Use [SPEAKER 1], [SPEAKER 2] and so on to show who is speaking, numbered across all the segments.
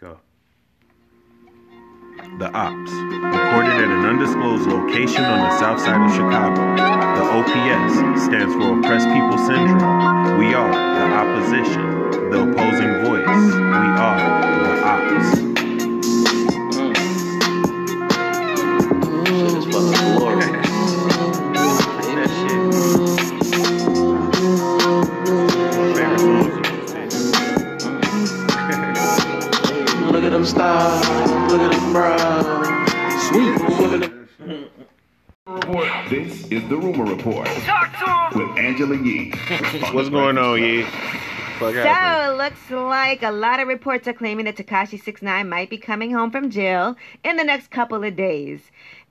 [SPEAKER 1] Go. The Ops, recorded at an undisclosed location on the south side of Chicago. The OPS stands for Oppressed People Syndrome. We are the opposition, the opposing voice. We are the Ops.
[SPEAKER 2] Shit is fucking glory. Hate that shit.
[SPEAKER 3] Favorite songs you
[SPEAKER 2] Look at them stars. Look at them bras. Sweet. Look at them.
[SPEAKER 4] This is the Rumor Report with Angela Yee.
[SPEAKER 3] What's going on, yeah? Fuck out.
[SPEAKER 5] So it looks like a lot of reports are claiming that Takashi 69 might be coming home from jail in the next couple of days.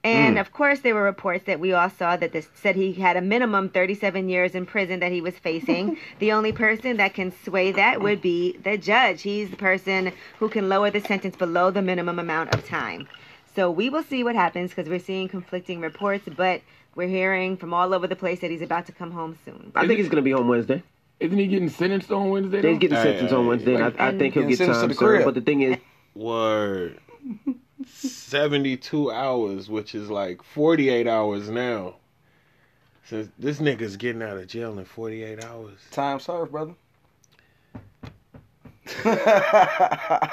[SPEAKER 5] And of course, there were reports that we all saw that this said he had a minimum 37 years in prison that he was facing. the only person that can sway that would be the judge. He's the person who can lower the sentence below the minimum amount of time. So we will see what happens because we're seeing conflicting reports, but we're hearing from all over the place that he's about to come home soon.
[SPEAKER 6] I think he's gonna be home Wednesday.
[SPEAKER 7] Isn't he getting sentenced on Wednesday?
[SPEAKER 6] He's
[SPEAKER 7] though?
[SPEAKER 6] getting
[SPEAKER 3] Aye,
[SPEAKER 6] sentenced
[SPEAKER 3] aye,
[SPEAKER 6] on
[SPEAKER 3] aye.
[SPEAKER 6] Wednesday, and I, I think he'll
[SPEAKER 8] And
[SPEAKER 6] get
[SPEAKER 8] sentenced to
[SPEAKER 6] time
[SPEAKER 8] the
[SPEAKER 6] served.
[SPEAKER 8] crib.
[SPEAKER 6] But the thing is,
[SPEAKER 7] Word. 72 hours, which is like 48 hours now. Since this nigga's getting out of jail in 48 hours.
[SPEAKER 8] Time served, brother.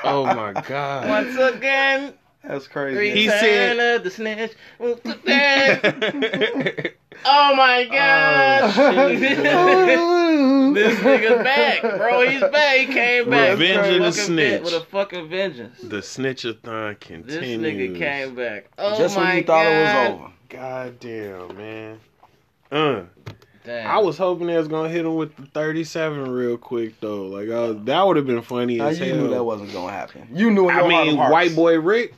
[SPEAKER 7] Oh my god.
[SPEAKER 2] Once again,
[SPEAKER 8] That's crazy.
[SPEAKER 7] He
[SPEAKER 2] he
[SPEAKER 7] said-
[SPEAKER 2] said, of the snitch. Once again. Oh my god. this nigga's back, bro. He's back. He came back.
[SPEAKER 7] Revenge
[SPEAKER 2] with a
[SPEAKER 7] of the
[SPEAKER 2] fucking ven-
[SPEAKER 7] snitch.
[SPEAKER 2] With a fucking vengeance.
[SPEAKER 7] the snitchathon
[SPEAKER 2] This
[SPEAKER 7] continues.
[SPEAKER 2] nigga came back. Oh
[SPEAKER 8] Just
[SPEAKER 2] my
[SPEAKER 8] when you thought
[SPEAKER 2] god.
[SPEAKER 8] it was over.
[SPEAKER 7] God damn, man. Uh,
[SPEAKER 2] Damn.
[SPEAKER 7] I was hoping they was gonna hit him with the 37 real quick though. Like I was, that would have been funny
[SPEAKER 8] Now,
[SPEAKER 7] as
[SPEAKER 8] you
[SPEAKER 7] hell.
[SPEAKER 8] knew that wasn't going to happen. You knew in your
[SPEAKER 7] I
[SPEAKER 8] heart of
[SPEAKER 7] mean,
[SPEAKER 8] hearts.
[SPEAKER 7] white boy Rick.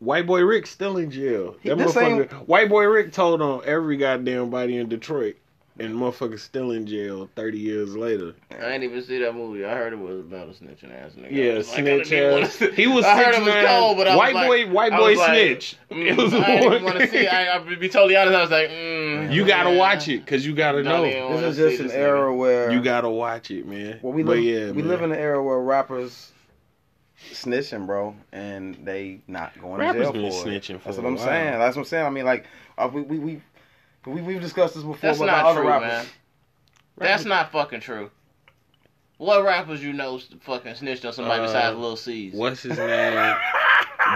[SPEAKER 7] White boy Rick's still in jail. That
[SPEAKER 8] This ain't-
[SPEAKER 7] motherfucker. White boy Rick told on every goddamn body in Detroit, and motherfucker's still in jail thirty years later.
[SPEAKER 2] I didn't even see that movie. I heard it was about a snitching ass nigga. I
[SPEAKER 7] Yeah,
[SPEAKER 2] was like, I
[SPEAKER 7] snitch
[SPEAKER 2] didn't
[SPEAKER 7] ass.
[SPEAKER 2] wanna-
[SPEAKER 7] He was
[SPEAKER 2] I heard it was
[SPEAKER 7] 69.
[SPEAKER 2] cold, but I was
[SPEAKER 7] white
[SPEAKER 2] like-
[SPEAKER 7] boy, white
[SPEAKER 2] I
[SPEAKER 7] boy
[SPEAKER 2] was like, mm,
[SPEAKER 7] snitch. it was
[SPEAKER 2] I
[SPEAKER 7] one-
[SPEAKER 2] didn't want to see. it. I, I'll be totally honest. I was like, mm,
[SPEAKER 7] you gotta
[SPEAKER 2] yeah.
[SPEAKER 7] watch it because you gotta
[SPEAKER 2] Don't
[SPEAKER 7] know.
[SPEAKER 2] even wanna
[SPEAKER 8] This
[SPEAKER 2] see
[SPEAKER 8] is just an
[SPEAKER 2] nigga.
[SPEAKER 8] era where
[SPEAKER 7] You gotta watch it, man.
[SPEAKER 8] Well, we
[SPEAKER 7] but
[SPEAKER 8] live,
[SPEAKER 7] yeah,
[SPEAKER 8] we
[SPEAKER 7] man.
[SPEAKER 8] live in an era where rappers snitching, bro, and they not going
[SPEAKER 7] Rappers
[SPEAKER 8] to jail
[SPEAKER 7] been
[SPEAKER 8] for it.
[SPEAKER 7] snitching for
[SPEAKER 8] That's
[SPEAKER 7] a
[SPEAKER 8] what I'm
[SPEAKER 7] while.
[SPEAKER 8] saying. That's what I'm saying. I mean, like uh, we we we. We, we've discussed this before
[SPEAKER 2] That's
[SPEAKER 8] about
[SPEAKER 2] not
[SPEAKER 8] other
[SPEAKER 2] true,
[SPEAKER 8] rappers.
[SPEAKER 2] man. That's not fucking true. What rappers you know s- fucking snitched on somebody
[SPEAKER 7] Uh,
[SPEAKER 2] besides Lil C's?
[SPEAKER 7] What's his name?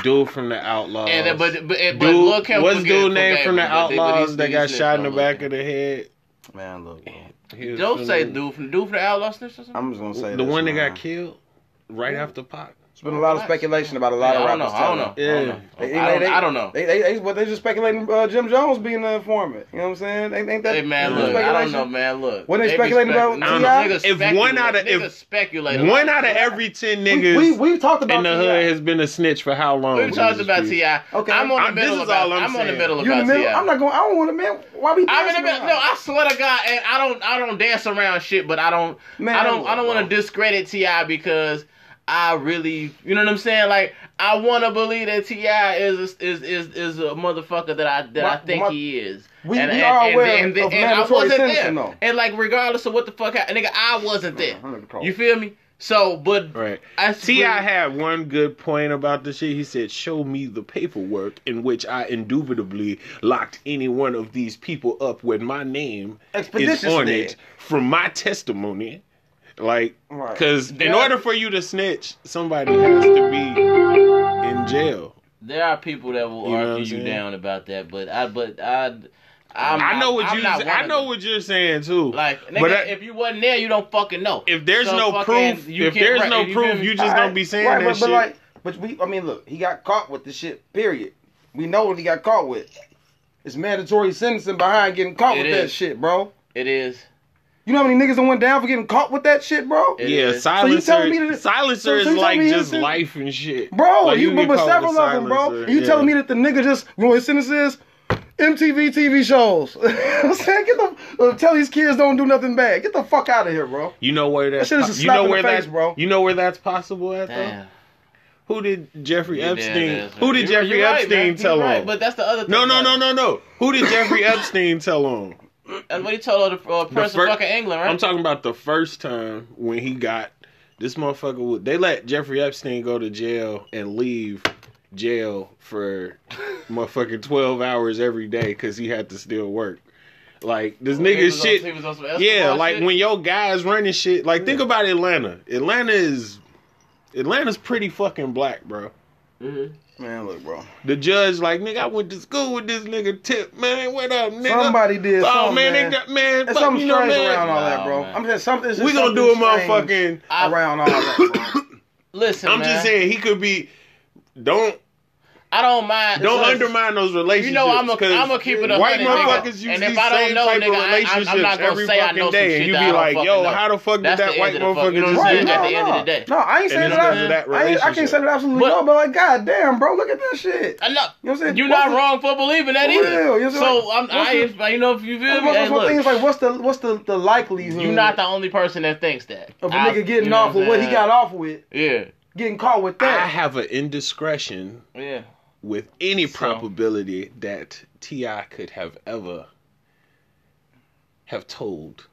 [SPEAKER 7] Dude from the Outlaws.
[SPEAKER 2] And then, but but and- but
[SPEAKER 7] dude,
[SPEAKER 2] Lil Kim
[SPEAKER 7] what's
[SPEAKER 2] forget-
[SPEAKER 7] dude name
[SPEAKER 2] forgave
[SPEAKER 7] from the
[SPEAKER 2] him, but they- but
[SPEAKER 7] Outlaws
[SPEAKER 2] he-
[SPEAKER 7] that
[SPEAKER 2] he
[SPEAKER 7] got
[SPEAKER 2] snitched
[SPEAKER 7] shot in the
[SPEAKER 2] on
[SPEAKER 7] back
[SPEAKER 2] Lil
[SPEAKER 7] of
[SPEAKER 2] Kim.
[SPEAKER 7] the head?
[SPEAKER 8] Man, look, bro.
[SPEAKER 7] He was
[SPEAKER 2] Don't
[SPEAKER 7] from
[SPEAKER 2] say
[SPEAKER 7] the-
[SPEAKER 2] dude from dude from the Outlaw snitched or something.
[SPEAKER 8] I'm just gonna say
[SPEAKER 7] the
[SPEAKER 8] this,
[SPEAKER 7] one that
[SPEAKER 8] man.
[SPEAKER 7] got killed right after Pac.
[SPEAKER 8] There's been a lot of speculation about a lot
[SPEAKER 2] Yeah,
[SPEAKER 8] of
[SPEAKER 2] I don't
[SPEAKER 8] rappers.
[SPEAKER 2] know. I don't
[SPEAKER 8] telling.
[SPEAKER 2] know. I don't know.
[SPEAKER 8] They- they-
[SPEAKER 2] I don't-
[SPEAKER 8] they-
[SPEAKER 2] I don't know.
[SPEAKER 8] They, they, they, but they just speculating uh, Jim Jones being the informant. You know what I'm saying? Ain't, ain't that
[SPEAKER 2] Hey man,
[SPEAKER 8] ain't
[SPEAKER 2] look, I don't
[SPEAKER 8] speculation?
[SPEAKER 2] know, man, look.
[SPEAKER 8] What they
[SPEAKER 2] be
[SPEAKER 8] speculating about
[SPEAKER 2] speculating-
[SPEAKER 8] T.I.?
[SPEAKER 2] Niggas
[SPEAKER 7] If one
[SPEAKER 2] speculate.
[SPEAKER 7] outta-
[SPEAKER 2] Niggas
[SPEAKER 7] if
[SPEAKER 2] speculate.
[SPEAKER 7] One out of every ten niggas
[SPEAKER 8] We, we, have talked about
[SPEAKER 7] in the
[SPEAKER 8] T.I.
[SPEAKER 7] hood has been a snitch for how long?
[SPEAKER 2] we talked
[SPEAKER 7] Jesus
[SPEAKER 2] about
[SPEAKER 7] Christ?
[SPEAKER 2] Ti.
[SPEAKER 8] Okay.
[SPEAKER 2] I'm on the
[SPEAKER 7] I'm- this
[SPEAKER 2] middle.
[SPEAKER 7] is
[SPEAKER 2] about,
[SPEAKER 7] all I'm
[SPEAKER 2] I'm on the
[SPEAKER 7] saying.
[SPEAKER 2] middle
[SPEAKER 8] You in the
[SPEAKER 2] about
[SPEAKER 8] middle?
[SPEAKER 2] Ti.
[SPEAKER 8] I'm not going. I don't want to, man. Why we?
[SPEAKER 2] I'm in the
[SPEAKER 8] passing
[SPEAKER 2] middle.
[SPEAKER 8] around?
[SPEAKER 2] No, I swear to God, and I don't, I don't dance around shit, but I don't,
[SPEAKER 8] Man,
[SPEAKER 2] I don't,
[SPEAKER 8] look,
[SPEAKER 2] I don't want to
[SPEAKER 8] bro.
[SPEAKER 2] discredit Ti because I really, you know what I'm saying? Like I want to believe that Ti is a, is is is a motherfucker that I that
[SPEAKER 8] My-
[SPEAKER 2] I think
[SPEAKER 8] my-
[SPEAKER 2] he is.
[SPEAKER 8] We- we are aware of mandatory
[SPEAKER 2] there.
[SPEAKER 8] sentencing, though.
[SPEAKER 2] And like regardless of what the fuck, happened, nigga, I wasn't there.
[SPEAKER 8] I'm looking cold.
[SPEAKER 2] You feel me? So, but
[SPEAKER 7] Right.
[SPEAKER 2] I
[SPEAKER 7] Ti
[SPEAKER 2] really-
[SPEAKER 7] had one good point about the shit. He said, "Show me the paperwork in which I indubitably locked any one of these people up with my name is on
[SPEAKER 8] Expeditiously.
[SPEAKER 7] it from my testimony." Like,
[SPEAKER 8] Right.
[SPEAKER 7] because in
[SPEAKER 8] Yeah.
[SPEAKER 7] order for you to snitch, somebody has to be in jail.
[SPEAKER 2] There are people that
[SPEAKER 7] You
[SPEAKER 2] will
[SPEAKER 7] know what I'm
[SPEAKER 2] argue you
[SPEAKER 7] saying?
[SPEAKER 2] down about that, but I, but I, I'm
[SPEAKER 7] I know
[SPEAKER 2] not-
[SPEAKER 7] what
[SPEAKER 2] I'm
[SPEAKER 7] you.
[SPEAKER 2] not one
[SPEAKER 7] I
[SPEAKER 2] of
[SPEAKER 7] know
[SPEAKER 2] them.
[SPEAKER 7] what you're saying too.
[SPEAKER 2] Like, nigga,
[SPEAKER 7] But I-
[SPEAKER 2] if you wasn't there, you don't fucking know.
[SPEAKER 7] if there's
[SPEAKER 2] So
[SPEAKER 7] no
[SPEAKER 2] fucking
[SPEAKER 7] proof,
[SPEAKER 2] you
[SPEAKER 7] if
[SPEAKER 2] can't-
[SPEAKER 7] there's
[SPEAKER 2] right,
[SPEAKER 7] no
[SPEAKER 2] you feel
[SPEAKER 7] proof,
[SPEAKER 2] me?
[SPEAKER 7] you just
[SPEAKER 8] Alright,
[SPEAKER 7] don't be saying
[SPEAKER 8] right,
[SPEAKER 7] that
[SPEAKER 8] but,
[SPEAKER 7] shit.
[SPEAKER 8] But like, but we, I mean, look, he got caught with the shit. Period. We know what he got caught with. It's mandatory sentencing behind getting caught
[SPEAKER 2] It
[SPEAKER 8] with that
[SPEAKER 2] is.
[SPEAKER 8] shit, bro.
[SPEAKER 2] it is.
[SPEAKER 8] You know how many niggas that went down for getting caught with that shit, bro?
[SPEAKER 2] It
[SPEAKER 7] yeah,
[SPEAKER 2] is.
[SPEAKER 8] So you
[SPEAKER 7] silencer.
[SPEAKER 8] telling me that-
[SPEAKER 7] silencer
[SPEAKER 8] so- so you
[SPEAKER 7] is
[SPEAKER 8] telling
[SPEAKER 7] like
[SPEAKER 8] me
[SPEAKER 7] just
[SPEAKER 8] this-
[SPEAKER 7] life and shit,
[SPEAKER 8] Bro,
[SPEAKER 7] Like,
[SPEAKER 8] you
[SPEAKER 7] can
[SPEAKER 8] remember
[SPEAKER 7] call it a
[SPEAKER 8] several of them, bro.
[SPEAKER 7] silencer,
[SPEAKER 8] And you
[SPEAKER 7] yeah.
[SPEAKER 8] telling me that the nigga just, you know what his sentence is? MTV TV shows. I'm saying, get the, uh, tell these kids don't do nothing bad. Get the fuck out of here, bro.
[SPEAKER 7] you know where that's
[SPEAKER 8] shit is a
[SPEAKER 7] po- you
[SPEAKER 8] slap
[SPEAKER 7] know
[SPEAKER 8] in the
[SPEAKER 7] where
[SPEAKER 8] face,
[SPEAKER 7] that
[SPEAKER 8] bro.
[SPEAKER 7] you know where that's possible at
[SPEAKER 2] Damn.
[SPEAKER 7] though. Who did Jeffrey
[SPEAKER 2] You
[SPEAKER 7] Epstein?
[SPEAKER 2] dead ass,
[SPEAKER 7] who
[SPEAKER 2] man.
[SPEAKER 7] did
[SPEAKER 2] You-
[SPEAKER 7] Jeffrey
[SPEAKER 2] you right,
[SPEAKER 7] Epstein
[SPEAKER 2] man. You
[SPEAKER 7] tell
[SPEAKER 2] right,
[SPEAKER 7] on?
[SPEAKER 2] But that's the other thing.
[SPEAKER 7] no, no,
[SPEAKER 2] about
[SPEAKER 7] no,
[SPEAKER 2] it.
[SPEAKER 7] no, no. Who did Jeffrey Epstein tell on?
[SPEAKER 2] That's what he told her to uh, press
[SPEAKER 7] fir-
[SPEAKER 2] fucking England, right?
[SPEAKER 7] I'm talking about the first time when he got
[SPEAKER 9] This motherfucker would. They let Jeffrey Epstein go to jail and leave jail for motherfucking twelve hours every day because he had to still work. Like this
[SPEAKER 2] He was
[SPEAKER 9] nigga
[SPEAKER 2] on-
[SPEAKER 9] shit.
[SPEAKER 2] he was on some Escobar
[SPEAKER 9] Yeah, like
[SPEAKER 2] shit.
[SPEAKER 9] when your guys running shit. Like think about Atlanta. Atlanta is Atlanta's pretty fucking black, bro.
[SPEAKER 8] Man, look, bro.
[SPEAKER 9] The judge, like nigga, I went to school with this nigga Tip, man. What up, nigga?
[SPEAKER 8] Somebody did
[SPEAKER 9] Oh
[SPEAKER 8] something,
[SPEAKER 9] man,
[SPEAKER 8] man.
[SPEAKER 9] they got man.
[SPEAKER 8] There's
[SPEAKER 9] fuck,
[SPEAKER 8] something
[SPEAKER 9] you know,
[SPEAKER 8] strange
[SPEAKER 9] man.
[SPEAKER 8] around all
[SPEAKER 2] Nah,
[SPEAKER 8] that, bro.
[SPEAKER 2] man.
[SPEAKER 8] I'm just something.
[SPEAKER 9] We gonna do a motherfucking.
[SPEAKER 8] around all that. Bro.
[SPEAKER 2] Listen,
[SPEAKER 9] I'm
[SPEAKER 2] man,
[SPEAKER 9] just saying he could be. Don't
[SPEAKER 2] I don't mind.
[SPEAKER 9] don't
[SPEAKER 2] so-
[SPEAKER 9] undermine those relationships.
[SPEAKER 2] You know, I'm a,
[SPEAKER 9] 'cause
[SPEAKER 2] I'm gonna keep it up.
[SPEAKER 9] White
[SPEAKER 2] 100, nigga.
[SPEAKER 9] motherfuckers use
[SPEAKER 2] and
[SPEAKER 9] these
[SPEAKER 2] if I don't
[SPEAKER 9] same
[SPEAKER 2] know,
[SPEAKER 9] type
[SPEAKER 2] nigga,
[SPEAKER 9] of
[SPEAKER 2] I, I'm-
[SPEAKER 9] relationships
[SPEAKER 2] I'm not gonna
[SPEAKER 9] every
[SPEAKER 2] say I
[SPEAKER 9] fucking
[SPEAKER 2] know some
[SPEAKER 9] day,
[SPEAKER 2] shit
[SPEAKER 9] and you
[SPEAKER 2] that
[SPEAKER 9] be
[SPEAKER 2] I don't
[SPEAKER 9] like,
[SPEAKER 2] fucking
[SPEAKER 9] yo,
[SPEAKER 2] know.
[SPEAKER 9] how the fuck did
[SPEAKER 2] That's
[SPEAKER 9] that
[SPEAKER 2] the
[SPEAKER 9] white
[SPEAKER 2] end of the fuck,
[SPEAKER 9] motherfucker
[SPEAKER 2] you know
[SPEAKER 9] just
[SPEAKER 2] what I'm
[SPEAKER 9] do
[SPEAKER 2] saying?
[SPEAKER 9] that?
[SPEAKER 2] At the end of the day,
[SPEAKER 8] No, I ain't saying
[SPEAKER 9] it's
[SPEAKER 8] that. I,
[SPEAKER 9] because of that
[SPEAKER 8] I, ain't- I can't say
[SPEAKER 9] relationship.
[SPEAKER 8] that absolutely
[SPEAKER 2] But-
[SPEAKER 8] no, but like, god damn, bro, look at this shit.
[SPEAKER 2] I know.
[SPEAKER 8] You know what I'm saying?
[SPEAKER 2] You're
[SPEAKER 8] What's
[SPEAKER 2] not
[SPEAKER 8] the-
[SPEAKER 2] wrong for believing that
[SPEAKER 8] For
[SPEAKER 2] either.
[SPEAKER 8] real, you know,
[SPEAKER 2] so
[SPEAKER 8] like,
[SPEAKER 2] I'm, I,
[SPEAKER 8] what's
[SPEAKER 2] ain't- you know, if you feel
[SPEAKER 8] That's
[SPEAKER 2] me,
[SPEAKER 8] one
[SPEAKER 2] hey,
[SPEAKER 8] that's one
[SPEAKER 2] look,
[SPEAKER 8] thing. It's like, what's the what's the, the likelihood
[SPEAKER 2] you're not the only person that thinks that.
[SPEAKER 8] of a
[SPEAKER 2] I-
[SPEAKER 8] nigga getting
[SPEAKER 2] you know
[SPEAKER 8] off with what he
[SPEAKER 2] I'm
[SPEAKER 8] got off with,
[SPEAKER 2] saying?
[SPEAKER 8] getting caught with
[SPEAKER 9] I
[SPEAKER 8] that?
[SPEAKER 9] have an indiscretion
[SPEAKER 2] Yeah, yeah.
[SPEAKER 9] with any
[SPEAKER 2] So-
[SPEAKER 9] probability that Ti could have ever have told.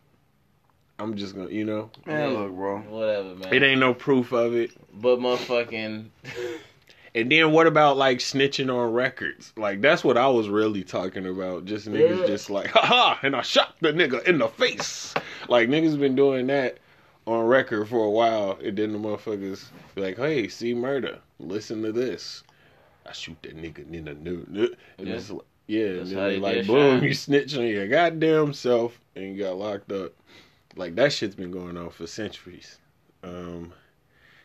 [SPEAKER 9] I'm just gonna, you know,
[SPEAKER 8] Man,
[SPEAKER 2] Yeah.
[SPEAKER 8] look, bro.
[SPEAKER 2] Whatever, man.
[SPEAKER 9] it ain't no proof of it.
[SPEAKER 2] But motherfucking,
[SPEAKER 9] And then what about like snitching on records? Like that's what I was really talking about. Just niggas
[SPEAKER 2] Yeah.
[SPEAKER 9] just like, haha, and I shot the nigga in the face. Like niggas been doing that on record for a while, and then the motherfuckers be like, hey, see murder, listen to this. I shoot that nigga in the new, and
[SPEAKER 2] Yeah.
[SPEAKER 9] it's like, yeah, and
[SPEAKER 2] That's
[SPEAKER 9] then
[SPEAKER 2] how
[SPEAKER 9] they
[SPEAKER 2] they
[SPEAKER 9] like,
[SPEAKER 2] did
[SPEAKER 9] boom,
[SPEAKER 2] Shine.
[SPEAKER 9] you snitch on your goddamn self, and you got locked up. Like that shit's been going on for centuries. Um,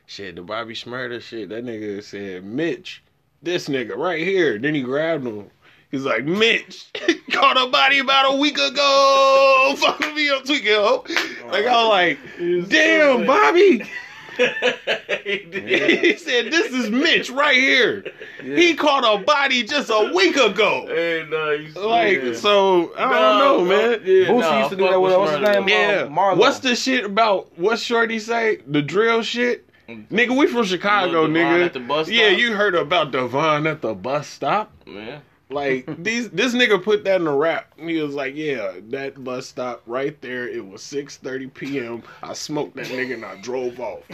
[SPEAKER 9] shit, the Bobby Schmurder shit, that nigga said, Mitch, this nigga right here. Then he grabbed him. He's like, Mitch, caught a body about a week ago. Fuck me up tweaking, ho. Like, I was like, damn, Bobby. he said, this is Mitch right here. He caught a body just a week ago.
[SPEAKER 2] hey, no, you
[SPEAKER 9] Like, so, I don't know, man.
[SPEAKER 2] Yeah,
[SPEAKER 8] Boosie
[SPEAKER 2] nah,
[SPEAKER 8] used to do
[SPEAKER 2] fuck
[SPEAKER 8] that with-
[SPEAKER 2] with
[SPEAKER 8] what's his
[SPEAKER 2] Smurda.
[SPEAKER 8] name?
[SPEAKER 9] Yeah.
[SPEAKER 8] Um, Marlo.
[SPEAKER 9] What's the shit about what Shorty say? The drill shit? Nigga, we from Chicago,
[SPEAKER 2] Devon
[SPEAKER 9] nigga.
[SPEAKER 2] at the bus
[SPEAKER 9] Yeah,
[SPEAKER 2] stop?
[SPEAKER 9] you heard about Devon at the bus stop.
[SPEAKER 2] Yeah.
[SPEAKER 9] Like these this nigga put that in a rap. He was like, Yeah, that bus stop right there, it was six thirty PM. I smoked that nigga and I drove off.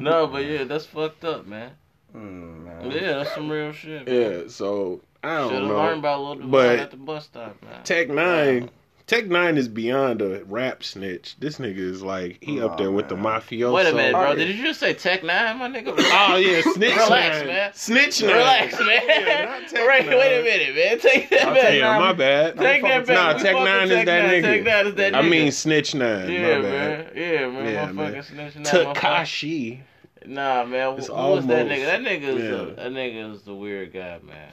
[SPEAKER 2] No, but yeah, that's fucked up, man.
[SPEAKER 8] Mm, man.
[SPEAKER 2] Yeah, that's some real shit.
[SPEAKER 9] yeah, so I don't
[SPEAKER 2] Should have
[SPEAKER 9] know.
[SPEAKER 2] learned about Lil Duval
[SPEAKER 9] But-
[SPEAKER 2] at the bus stop, man.
[SPEAKER 9] Tech Nine. Tech Nine is beyond a rap snitch. This nigga is like he up
[SPEAKER 8] Aw,
[SPEAKER 9] there with the
[SPEAKER 8] man.
[SPEAKER 9] mafioso.
[SPEAKER 2] Wait a minute, bro.
[SPEAKER 8] sorry.
[SPEAKER 2] Did you just say Tech Nine, my nigga?
[SPEAKER 9] Oh yeah, snitch
[SPEAKER 2] Relax,
[SPEAKER 9] nine.
[SPEAKER 2] man.
[SPEAKER 9] Snitch nine.
[SPEAKER 2] Relax, man.
[SPEAKER 9] Yeah, not Tech
[SPEAKER 2] right,
[SPEAKER 9] Nine.
[SPEAKER 2] wait a minute, man. Take that
[SPEAKER 8] I'll
[SPEAKER 2] back.
[SPEAKER 8] take
[SPEAKER 9] Yeah, my bad.
[SPEAKER 2] Take that back.
[SPEAKER 9] Nah,
[SPEAKER 2] We
[SPEAKER 9] Tech
[SPEAKER 2] fuck with
[SPEAKER 9] Nine is
[SPEAKER 2] Tech
[SPEAKER 9] that
[SPEAKER 2] Nine.
[SPEAKER 9] nigga.
[SPEAKER 2] Tech Nine is that
[SPEAKER 9] I
[SPEAKER 2] nigga.
[SPEAKER 9] mean snitch nine.
[SPEAKER 2] yeah,
[SPEAKER 9] my bad.
[SPEAKER 2] man. Yeah, man.
[SPEAKER 9] Yeah,
[SPEAKER 2] motherfucking
[SPEAKER 9] man.
[SPEAKER 2] snitching out. motherfucker.
[SPEAKER 9] Takashi.
[SPEAKER 2] Nah, man. Who,
[SPEAKER 9] It's
[SPEAKER 2] who was that
[SPEAKER 9] almost-
[SPEAKER 2] nigga? That nigga is
[SPEAKER 9] yeah.
[SPEAKER 2] the, that nigga is the weird guy, man.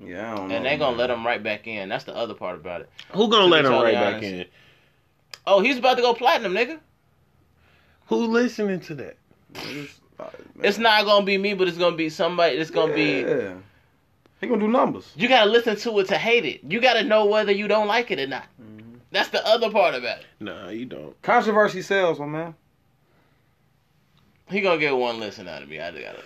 [SPEAKER 8] Yeah, I don't know.
[SPEAKER 2] And they gonna
[SPEAKER 8] man.
[SPEAKER 2] let him right back in. That's the other part about it.
[SPEAKER 9] Who gonna let him right
[SPEAKER 2] totally
[SPEAKER 9] back
[SPEAKER 2] honest.
[SPEAKER 9] in?
[SPEAKER 2] Oh, he's about to go platinum, nigga.
[SPEAKER 9] Who listening to that?
[SPEAKER 8] It's, uh, man.
[SPEAKER 2] It's not gonna be me, but it's gonna be somebody. It's gonna be.
[SPEAKER 8] Yeah. He gonna do numbers.
[SPEAKER 2] You gotta listen to it to hate it. You gotta know whether you don't like it or not.
[SPEAKER 8] Mm-hmm.
[SPEAKER 2] That's the other part about it.
[SPEAKER 9] Nah, you don't.
[SPEAKER 8] Controversy sells, my man.
[SPEAKER 2] He gonna get one listen out of me. I just gotta.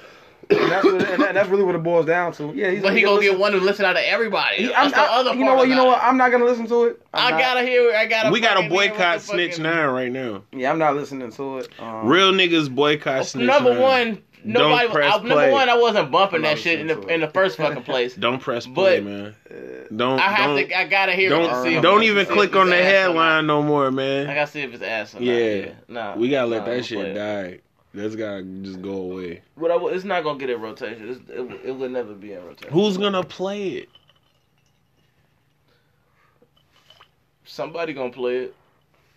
[SPEAKER 8] And that's, what, and that- that's really what it boils down to. Yeah, he's
[SPEAKER 2] But he gonna get one to listen out of everybody.
[SPEAKER 8] He, I'm,
[SPEAKER 2] That's the
[SPEAKER 8] I-
[SPEAKER 2] other
[SPEAKER 8] you know
[SPEAKER 2] part
[SPEAKER 8] what? You
[SPEAKER 2] about
[SPEAKER 8] know what?
[SPEAKER 2] it.
[SPEAKER 8] I'm not gonna listen to it. I'm
[SPEAKER 2] I
[SPEAKER 8] not-
[SPEAKER 2] gotta hear. I gotta.
[SPEAKER 9] We gotta
[SPEAKER 2] fucking hear what
[SPEAKER 9] boycott
[SPEAKER 2] the
[SPEAKER 9] Snitch
[SPEAKER 2] fucking-
[SPEAKER 9] Nine right now.
[SPEAKER 8] Yeah, I'm not listening to it. Um,
[SPEAKER 9] Real niggas boycott Snitch
[SPEAKER 2] Oh. Number
[SPEAKER 9] Nine.
[SPEAKER 2] one, nobody.
[SPEAKER 9] Don't press
[SPEAKER 2] I, number
[SPEAKER 9] play.
[SPEAKER 2] one, I wasn't bumping
[SPEAKER 8] I'm
[SPEAKER 2] that
[SPEAKER 8] not
[SPEAKER 2] shit in the
[SPEAKER 8] listening to it.
[SPEAKER 2] in the first fucking place.
[SPEAKER 9] Don't press play,
[SPEAKER 2] But- uh,
[SPEAKER 9] man. Don't
[SPEAKER 2] I have
[SPEAKER 9] don't,
[SPEAKER 2] to. I gotta hear. it to see
[SPEAKER 9] don't,
[SPEAKER 2] if
[SPEAKER 9] don't
[SPEAKER 2] it's-
[SPEAKER 9] even
[SPEAKER 2] see if
[SPEAKER 9] click
[SPEAKER 2] it's
[SPEAKER 9] on the
[SPEAKER 2] ass or not.
[SPEAKER 9] headline no more,
[SPEAKER 2] I
[SPEAKER 9] man.
[SPEAKER 2] gotta see if it's ass or not.
[SPEAKER 9] Yeah.
[SPEAKER 2] Nah.
[SPEAKER 9] We gotta
[SPEAKER 2] nah,
[SPEAKER 9] let
[SPEAKER 2] I'm
[SPEAKER 9] that shit
[SPEAKER 2] playing.
[SPEAKER 9] die. That's gotta just go away.
[SPEAKER 2] But I will- it's not gonna get in rotation. It's, it, will- it will never be in rotation.
[SPEAKER 9] Who's gonna play it?
[SPEAKER 2] Somebody gonna play it.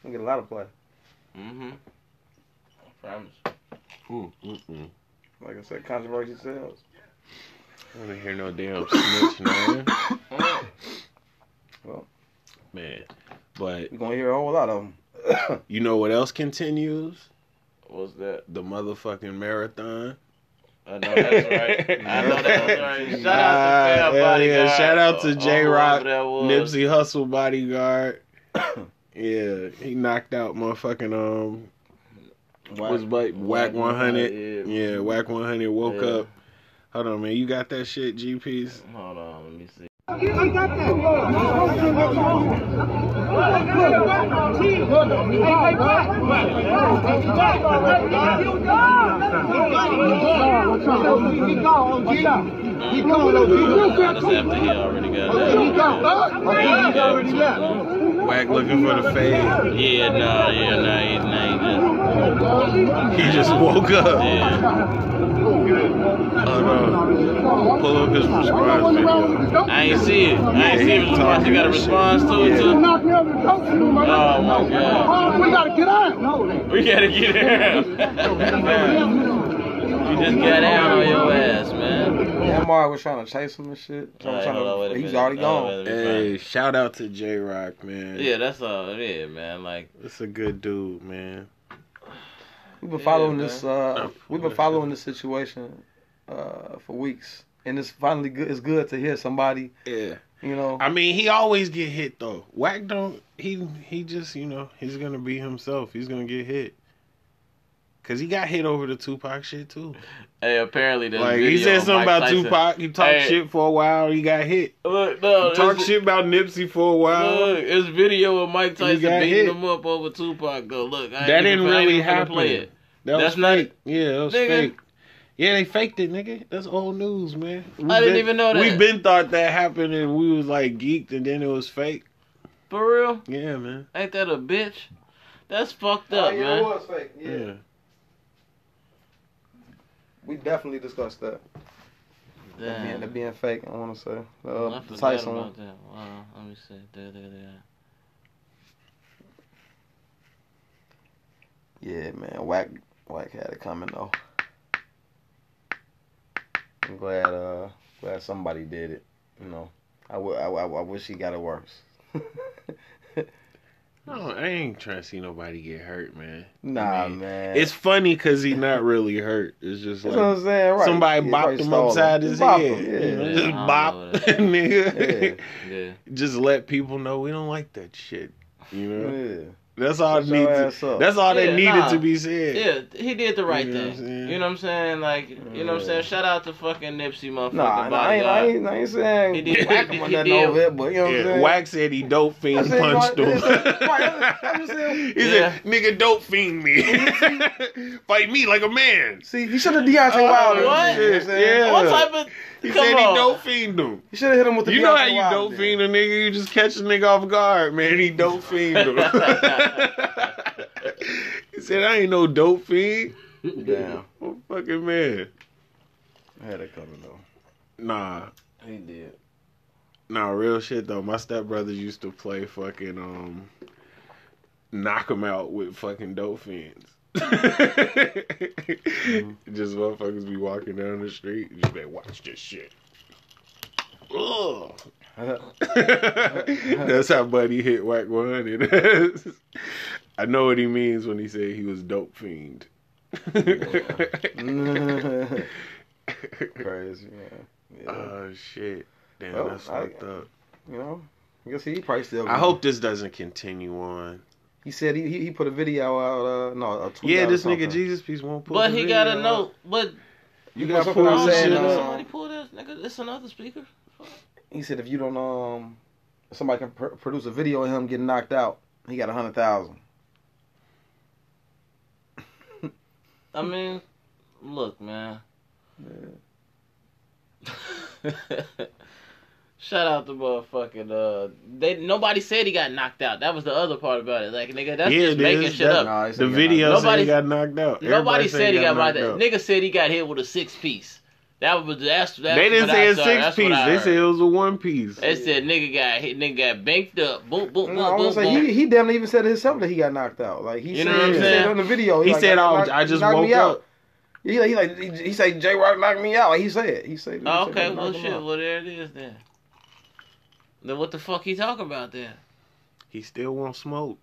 [SPEAKER 8] I get a lot of play.
[SPEAKER 2] Mm-hmm. I promise. Hmm,
[SPEAKER 9] Mm-mm.
[SPEAKER 8] Like I said, controversy sells.
[SPEAKER 9] I don't hear no damn snitch, man.
[SPEAKER 8] Well.
[SPEAKER 9] man. But
[SPEAKER 8] You're gonna hear a whole lot of them.
[SPEAKER 9] you know what else continues?
[SPEAKER 2] What's that?
[SPEAKER 9] The motherfucking marathon.
[SPEAKER 2] I know that's right. I know that's right. Shout out to
[SPEAKER 9] Ah,
[SPEAKER 2] Fair
[SPEAKER 9] hell
[SPEAKER 2] Body.
[SPEAKER 9] yeah. Shout out to J Rock, Nipsey Hustle bodyguard. yeah, he knocked out motherfucking um was like Whack
[SPEAKER 2] Whack
[SPEAKER 9] one hundred.
[SPEAKER 2] 100,
[SPEAKER 9] Yeah. Whack one hundred woke
[SPEAKER 2] Yeah.
[SPEAKER 9] up. Hold on, man. You got that shit, GPs?
[SPEAKER 2] Hold on, let me see. After he already got that.
[SPEAKER 9] Whack looking for the fade.
[SPEAKER 2] Yeah, nah, yeah, nah, he, nah, he just,
[SPEAKER 9] He just woke up.
[SPEAKER 2] yeah.
[SPEAKER 9] Oh no. Pull up his response video.
[SPEAKER 2] I ain't see it. I ain't see it.
[SPEAKER 9] Yeah, he talking
[SPEAKER 2] You got a
[SPEAKER 9] that shit.
[SPEAKER 2] response to it,
[SPEAKER 9] Yeah.
[SPEAKER 2] too? Oh, my God. We gotta get out. We gotta get out. You just got out on your ass, man.
[SPEAKER 8] Yeah, Amari was trying to chase him and shit. So I'm
[SPEAKER 2] Alright,
[SPEAKER 8] trying to-
[SPEAKER 2] hold on, wait a
[SPEAKER 8] he's
[SPEAKER 2] minute.
[SPEAKER 8] already
[SPEAKER 2] Hold
[SPEAKER 8] gone.
[SPEAKER 2] on, wait a minute.
[SPEAKER 9] Hey, shout out to J Rock, man.
[SPEAKER 2] Yeah, that's all. Yeah, man. Like,
[SPEAKER 9] That's a good dude, man.
[SPEAKER 8] We've been
[SPEAKER 2] Yeah,
[SPEAKER 8] following
[SPEAKER 2] man.
[SPEAKER 8] this. Uh, we've been following this situation uh, for weeks, and it's finally good. It's good to hear somebody.
[SPEAKER 9] Yeah.
[SPEAKER 8] You know,
[SPEAKER 9] I mean, he always get hit though. Whack don't he? He just you know he's gonna be himself. He's gonna get hit. Cause he got hit over the Tupac shit too.
[SPEAKER 2] hey, apparently there's
[SPEAKER 9] Like
[SPEAKER 2] video
[SPEAKER 9] he said
[SPEAKER 2] of
[SPEAKER 9] something
[SPEAKER 2] Mike
[SPEAKER 9] about
[SPEAKER 2] Tyson.
[SPEAKER 9] Tupac. He talked
[SPEAKER 2] Hey.
[SPEAKER 9] shit for a while. He got hit.
[SPEAKER 2] Look, no,
[SPEAKER 9] He talked
[SPEAKER 2] it's-
[SPEAKER 9] shit about Nipsey for a while.
[SPEAKER 2] Look, it's video of Mike Tyson
[SPEAKER 9] got
[SPEAKER 2] beating
[SPEAKER 9] hit.
[SPEAKER 2] him up over Tupac. Though, look, I ain't
[SPEAKER 9] that
[SPEAKER 2] even
[SPEAKER 9] didn't
[SPEAKER 2] fin- I ain't
[SPEAKER 9] really
[SPEAKER 2] even finna
[SPEAKER 9] happen.
[SPEAKER 2] Play it.
[SPEAKER 9] That was
[SPEAKER 2] That's not-
[SPEAKER 9] fake. Yeah, that was
[SPEAKER 2] Nigga.
[SPEAKER 9] fake. Yeah, they faked it, nigga. That's old news, man. We
[SPEAKER 2] I didn't even know that.
[SPEAKER 9] We been thought that happened, and we was like geeked, and then it was fake.
[SPEAKER 2] For real?
[SPEAKER 9] Yeah, man.
[SPEAKER 2] Ain't that a bitch? That's fucked up, man.
[SPEAKER 8] Oh, was fake.
[SPEAKER 9] Yeah,
[SPEAKER 8] we definitely discussed that. That being,
[SPEAKER 2] Damn.
[SPEAKER 8] that being fake, I want to say. Uh,
[SPEAKER 2] I
[SPEAKER 8] the
[SPEAKER 2] forgot
[SPEAKER 8] Tyson one.
[SPEAKER 2] about that. Wow, let me see. Da, da, da.
[SPEAKER 8] Yeah, man. Whack, whack had it coming though. I'm glad, uh, glad somebody did it. You know, I wi- I wi- I wish he got it worse.
[SPEAKER 9] No, I ain't trying to see nobody get hurt, man.
[SPEAKER 8] nah,
[SPEAKER 9] mean,
[SPEAKER 8] man.
[SPEAKER 9] It's funny because he not really hurt. It's just
[SPEAKER 8] That's what
[SPEAKER 9] like
[SPEAKER 8] I'm saying, right.
[SPEAKER 9] somebody bopped
[SPEAKER 8] Yeah, probably
[SPEAKER 9] him
[SPEAKER 8] stalled
[SPEAKER 9] upside
[SPEAKER 8] him.
[SPEAKER 9] his
[SPEAKER 8] Bopped
[SPEAKER 9] head.
[SPEAKER 8] him, yeah.
[SPEAKER 9] Just
[SPEAKER 2] Yeah, I
[SPEAKER 9] bop,
[SPEAKER 2] don't know that.
[SPEAKER 9] nigga.
[SPEAKER 2] Yeah.
[SPEAKER 9] Just let people know we don't like that shit. You know,
[SPEAKER 8] Yeah.
[SPEAKER 9] that's all
[SPEAKER 8] Shut
[SPEAKER 9] it
[SPEAKER 8] your
[SPEAKER 9] needs.
[SPEAKER 8] ass
[SPEAKER 9] To,
[SPEAKER 8] up.
[SPEAKER 9] that's all
[SPEAKER 2] Yeah,
[SPEAKER 9] that needed
[SPEAKER 2] nah.
[SPEAKER 9] to be said.
[SPEAKER 2] Yeah, he did the right
[SPEAKER 9] You know what I'm
[SPEAKER 2] thing.
[SPEAKER 9] saying?
[SPEAKER 2] You know what I'm saying? Like, you know what I'm
[SPEAKER 8] Yeah.
[SPEAKER 2] saying? Shout out to fucking Nipsey, motherfucking
[SPEAKER 8] Nah, nah, I ain't, I
[SPEAKER 2] bodyguard.
[SPEAKER 8] ain't, I ain't saying
[SPEAKER 2] He did-
[SPEAKER 8] whack him or
[SPEAKER 2] he
[SPEAKER 8] nothing
[SPEAKER 2] did.
[SPEAKER 8] over it, but you know what I'm
[SPEAKER 9] Yeah,
[SPEAKER 8] saying?
[SPEAKER 9] Wax said he dope
[SPEAKER 8] I
[SPEAKER 9] fiend
[SPEAKER 8] said,
[SPEAKER 9] punched
[SPEAKER 8] right,
[SPEAKER 9] him.
[SPEAKER 8] that's- right, that's- that's-
[SPEAKER 9] he
[SPEAKER 2] Yeah.
[SPEAKER 9] said, "Nigga, dope fiend me, fight me like a man."
[SPEAKER 8] See, he should have Deontay Wilder.
[SPEAKER 2] Uh, what?
[SPEAKER 8] You know what I'm saying?
[SPEAKER 9] Yeah.
[SPEAKER 2] What type of?
[SPEAKER 9] He
[SPEAKER 2] come
[SPEAKER 9] said
[SPEAKER 2] on.
[SPEAKER 9] he dope fiend him.
[SPEAKER 8] He should have hit him with the
[SPEAKER 9] You know
[SPEAKER 8] Deontay
[SPEAKER 9] how you
[SPEAKER 8] Wilder
[SPEAKER 9] dope
[SPEAKER 8] then.
[SPEAKER 9] fiend a nigga? You just catch a nigga off guard, man. He dope fiend him. he said, "I ain't no dope fiend."
[SPEAKER 8] Damn,
[SPEAKER 9] Oh, fucking man.
[SPEAKER 8] I had it coming though.
[SPEAKER 9] Nah,
[SPEAKER 8] He did.
[SPEAKER 9] nah, real shit though. My stepbrothers used to play fucking um, knock 'em out with fucking dope fiends.
[SPEAKER 8] Mm-hmm.
[SPEAKER 9] Just motherfuckers be walking down the street. You just be like, watch this shit. Ugh. That's how Buddy hit Whack 100. I know what he means when he said he was dope fiend.
[SPEAKER 8] Oh, Crazy man. Yeah.
[SPEAKER 9] oh shit! Damn,
[SPEAKER 8] Well,
[SPEAKER 9] that's
[SPEAKER 8] I-
[SPEAKER 9] fucked up.
[SPEAKER 8] you know, I guess he probably still.
[SPEAKER 9] I hope this doesn't continue on.
[SPEAKER 8] he said he, he he put a video out. Uh, no, a tweet
[SPEAKER 9] Yeah,
[SPEAKER 8] out or
[SPEAKER 9] this nigga
[SPEAKER 8] something.
[SPEAKER 9] Jesus piece won't put.
[SPEAKER 2] But
[SPEAKER 9] the
[SPEAKER 2] he got
[SPEAKER 9] video
[SPEAKER 2] a
[SPEAKER 9] out.
[SPEAKER 2] note. But oh,
[SPEAKER 9] You
[SPEAKER 8] He
[SPEAKER 9] got
[SPEAKER 8] was
[SPEAKER 9] pull
[SPEAKER 8] fucking
[SPEAKER 9] this shit
[SPEAKER 8] saying,
[SPEAKER 9] up.
[SPEAKER 8] uh,
[SPEAKER 2] somebody pull this nigga. It's another speaker.
[SPEAKER 8] He said if you don't um, if somebody can pr- produce a video of him getting knocked out, he got a hundred thousand.
[SPEAKER 2] I mean, look, man. Shout out to motherfucking uh they nobody said he got knocked out. That was the other part about it. Like nigga, that's
[SPEAKER 9] Yeah,
[SPEAKER 2] just
[SPEAKER 9] it
[SPEAKER 2] making
[SPEAKER 9] is.
[SPEAKER 2] shit
[SPEAKER 9] That-
[SPEAKER 2] up.
[SPEAKER 8] Nah, he
[SPEAKER 9] The
[SPEAKER 8] said he got
[SPEAKER 9] video
[SPEAKER 8] knocked
[SPEAKER 9] said
[SPEAKER 2] Nobody-
[SPEAKER 9] he got knocked out.
[SPEAKER 2] Nobody
[SPEAKER 9] Everybody
[SPEAKER 2] said he got knocked
[SPEAKER 9] knocked
[SPEAKER 2] out. Nigga said he got hit with a six piece. That was that's, that's
[SPEAKER 9] They didn't
[SPEAKER 2] what
[SPEAKER 9] say
[SPEAKER 2] I
[SPEAKER 9] a
[SPEAKER 2] saw.
[SPEAKER 9] six
[SPEAKER 2] That's
[SPEAKER 9] piece.
[SPEAKER 2] what I
[SPEAKER 9] They
[SPEAKER 2] heard.
[SPEAKER 9] said it was a one piece.
[SPEAKER 2] they said nigga got hit nigga got banked up. Boom boom boom
[SPEAKER 8] No, I
[SPEAKER 2] boom.
[SPEAKER 8] want to say
[SPEAKER 2] boom.
[SPEAKER 8] Mm, he, he damn near even said himself that he got knocked out. Like he
[SPEAKER 2] You
[SPEAKER 8] said,
[SPEAKER 2] know what I'm
[SPEAKER 8] he
[SPEAKER 2] saying?
[SPEAKER 8] said on the video.
[SPEAKER 9] He
[SPEAKER 8] like,
[SPEAKER 9] said,
[SPEAKER 8] "I
[SPEAKER 9] "I,
[SPEAKER 8] knocked-
[SPEAKER 9] I just
[SPEAKER 8] knocked me
[SPEAKER 9] woke
[SPEAKER 8] out."
[SPEAKER 9] up."
[SPEAKER 8] He like he like he, he said J Rock knocked me out. Like he said he said. he
[SPEAKER 2] Oh,
[SPEAKER 8] said
[SPEAKER 2] okay,
[SPEAKER 8] knocked
[SPEAKER 2] well
[SPEAKER 8] him
[SPEAKER 2] shit,
[SPEAKER 8] out.
[SPEAKER 2] well there it is then. Then what the fuck he talking about then?
[SPEAKER 9] He still won't smoke.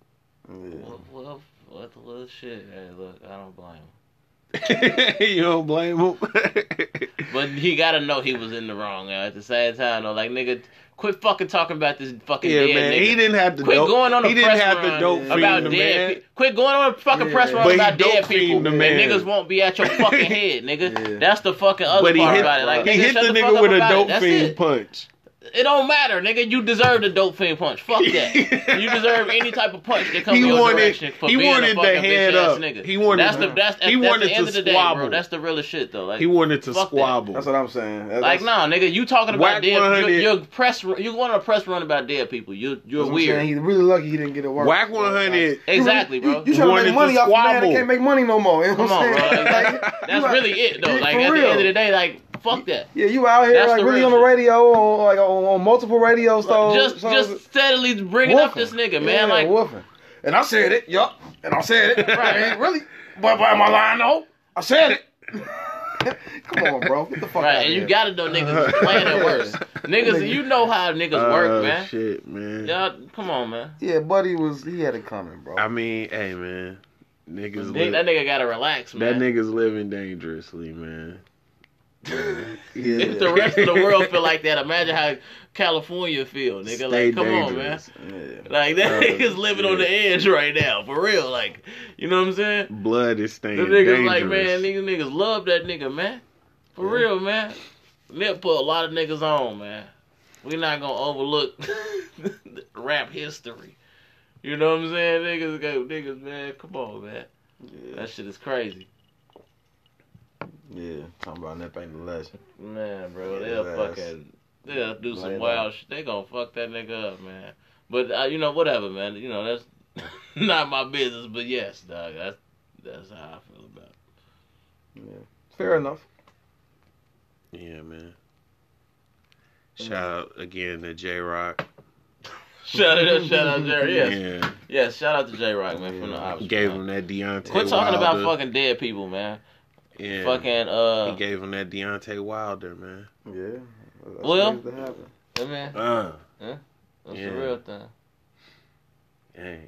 [SPEAKER 8] Yeah.
[SPEAKER 2] Well, well, what the little shit? Hey, look, I don't blame him.
[SPEAKER 9] you don't blame him.
[SPEAKER 2] But he gotta know he was in the wrong uh, at the same time. Though, like nigga, quit fucking talking about this fucking
[SPEAKER 9] yeah,
[SPEAKER 2] dead
[SPEAKER 9] man.
[SPEAKER 2] nigga.
[SPEAKER 9] He didn't have to.
[SPEAKER 2] quit
[SPEAKER 9] dope.
[SPEAKER 2] going on a
[SPEAKER 9] He didn't
[SPEAKER 2] press
[SPEAKER 9] have
[SPEAKER 2] run
[SPEAKER 9] to dope fiend
[SPEAKER 2] about
[SPEAKER 9] the
[SPEAKER 2] dead.
[SPEAKER 9] man.
[SPEAKER 2] pe- quit going on a fucking
[SPEAKER 8] Yeah.
[SPEAKER 2] press run
[SPEAKER 9] But he
[SPEAKER 2] about
[SPEAKER 9] dope
[SPEAKER 2] dead
[SPEAKER 9] fiend
[SPEAKER 2] people,
[SPEAKER 9] the
[SPEAKER 2] and
[SPEAKER 9] man.
[SPEAKER 2] niggas won't be at your fucking head, nigga.
[SPEAKER 8] Yeah.
[SPEAKER 2] That's the fucking other
[SPEAKER 9] But he
[SPEAKER 2] part
[SPEAKER 9] hit,
[SPEAKER 2] about it. Like
[SPEAKER 9] he
[SPEAKER 2] nigga,
[SPEAKER 9] hit
[SPEAKER 2] shut
[SPEAKER 9] the
[SPEAKER 2] fuck
[SPEAKER 9] nigga
[SPEAKER 2] up
[SPEAKER 9] with a
[SPEAKER 2] about it.
[SPEAKER 9] dope
[SPEAKER 2] That's
[SPEAKER 9] fiend
[SPEAKER 2] it.
[SPEAKER 9] punch.
[SPEAKER 2] It don't matter, nigga. You deserve the dope fiend punch. Fuck that. you deserve any type of punch that comes
[SPEAKER 9] He
[SPEAKER 2] in your
[SPEAKER 9] wanted-
[SPEAKER 2] direction for
[SPEAKER 9] he
[SPEAKER 2] being
[SPEAKER 9] wanted
[SPEAKER 2] a
[SPEAKER 9] the
[SPEAKER 2] fucking
[SPEAKER 9] head
[SPEAKER 2] bitch ass
[SPEAKER 9] up.
[SPEAKER 2] nigga.
[SPEAKER 9] He wanted-
[SPEAKER 2] that's the that's, that's,
[SPEAKER 9] he
[SPEAKER 2] that's
[SPEAKER 9] wanted
[SPEAKER 2] the end
[SPEAKER 9] to
[SPEAKER 2] of the day,
[SPEAKER 9] squabble.
[SPEAKER 2] bro. That's the realest shit though. Like
[SPEAKER 9] He wanted to
[SPEAKER 2] fuck that.
[SPEAKER 9] squabble.
[SPEAKER 8] That's what I'm saying. That-
[SPEAKER 2] Like
[SPEAKER 8] that's-
[SPEAKER 2] no, nigga, you talking about
[SPEAKER 9] Whack
[SPEAKER 2] dead? You,
[SPEAKER 9] 100.
[SPEAKER 2] you're press. You want to press run about dead people? You you're
[SPEAKER 8] that's what I'm
[SPEAKER 2] weird.
[SPEAKER 8] saying. He really lucky he didn't get a work.
[SPEAKER 9] Whack 100.
[SPEAKER 2] Exactly, bro.
[SPEAKER 8] You trying to
[SPEAKER 9] Wanted
[SPEAKER 8] make
[SPEAKER 9] to
[SPEAKER 8] money off a man that
[SPEAKER 9] squabble.
[SPEAKER 8] can't make money no more. You know
[SPEAKER 2] Come
[SPEAKER 8] what I'm
[SPEAKER 2] on, bro.
[SPEAKER 8] saying?
[SPEAKER 2] Like,
[SPEAKER 8] Like, you
[SPEAKER 2] that's
[SPEAKER 8] out-
[SPEAKER 2] really it though.
[SPEAKER 8] you-
[SPEAKER 2] Like
[SPEAKER 8] for
[SPEAKER 2] at the
[SPEAKER 8] real.
[SPEAKER 2] end of the day, like fuck that.
[SPEAKER 8] Yeah, you out here
[SPEAKER 2] That's
[SPEAKER 8] like
[SPEAKER 2] the
[SPEAKER 8] really
[SPEAKER 2] real
[SPEAKER 8] on the
[SPEAKER 2] shit.
[SPEAKER 8] radio, on, like on, on multiple radio shows.
[SPEAKER 2] just
[SPEAKER 8] shows.
[SPEAKER 2] just steadily bringing up
[SPEAKER 8] Woofing.
[SPEAKER 2] this nigga,
[SPEAKER 8] Yeah,
[SPEAKER 2] man. like
[SPEAKER 8] woofing. And I said it, yup. And I said it.
[SPEAKER 2] Right.
[SPEAKER 8] I ain't really. But, but am I lying though? I said it. Come on, bro. Get the fuck out
[SPEAKER 2] Right, and you gotta know niggas is playing at worst. Niggas, you know how niggas
[SPEAKER 9] Oh,
[SPEAKER 2] work, man.
[SPEAKER 9] Shit, man.
[SPEAKER 2] Y'all, come on, man.
[SPEAKER 8] Yeah, buddy was he had it coming, bro.
[SPEAKER 9] I mean, hey, man. Niggas
[SPEAKER 2] Nigga-
[SPEAKER 9] live,
[SPEAKER 2] that
[SPEAKER 9] that,
[SPEAKER 2] nigga gotta relax, man.
[SPEAKER 9] niggas living dangerously, man.
[SPEAKER 8] yeah.
[SPEAKER 2] if the rest of the world feel like that, imagine how California feel, nigga. like, come
[SPEAKER 9] dangerous.
[SPEAKER 2] on, man. Like that
[SPEAKER 9] Uh,
[SPEAKER 2] nigga's living on the edge right now, for real. Like, you know what I'm saying?
[SPEAKER 9] Blood is staying
[SPEAKER 2] The niggas
[SPEAKER 9] dangerous.
[SPEAKER 2] like, man, niggas, niggas love that nigga, man. For real, man. Nip put a lot of niggas on, man. We not gonna overlook rap history. You know what I'm saying? Niggas go, niggas, man, come on, man. That shit is crazy.
[SPEAKER 8] yeah, talking about that ain't the legend.
[SPEAKER 2] Man, bro,
[SPEAKER 8] Yeah,
[SPEAKER 2] they'll
[SPEAKER 8] that's-
[SPEAKER 2] fucking, they'll do some
[SPEAKER 8] Blame
[SPEAKER 2] wild shit. They gonna fuck that nigga up, man. But, uh, you know, whatever, man. You know, that's not my business, but yes, dog, that's, that's how I feel about it.
[SPEAKER 8] Fair enough.
[SPEAKER 9] Yeah, man. Shout out again to J Rock.
[SPEAKER 2] Shout out, shout out, Jerry. Yes.
[SPEAKER 9] Yeah.
[SPEAKER 2] Yeah, shout out to J Rock, man, from the ops.
[SPEAKER 9] Gave
[SPEAKER 2] man.
[SPEAKER 9] him that Deontay
[SPEAKER 2] Quit talking
[SPEAKER 9] Wilder.
[SPEAKER 2] about fucking dead people, man.
[SPEAKER 9] Yeah. He
[SPEAKER 2] Fucking, uh,
[SPEAKER 9] gave him that Deontay Wilder, man.
[SPEAKER 8] Yeah. That's
[SPEAKER 2] Well-
[SPEAKER 8] what needs to happen.
[SPEAKER 2] I mean,
[SPEAKER 9] Uh,
[SPEAKER 2] that's
[SPEAKER 9] yeah.
[SPEAKER 2] the real thing.
[SPEAKER 9] hey.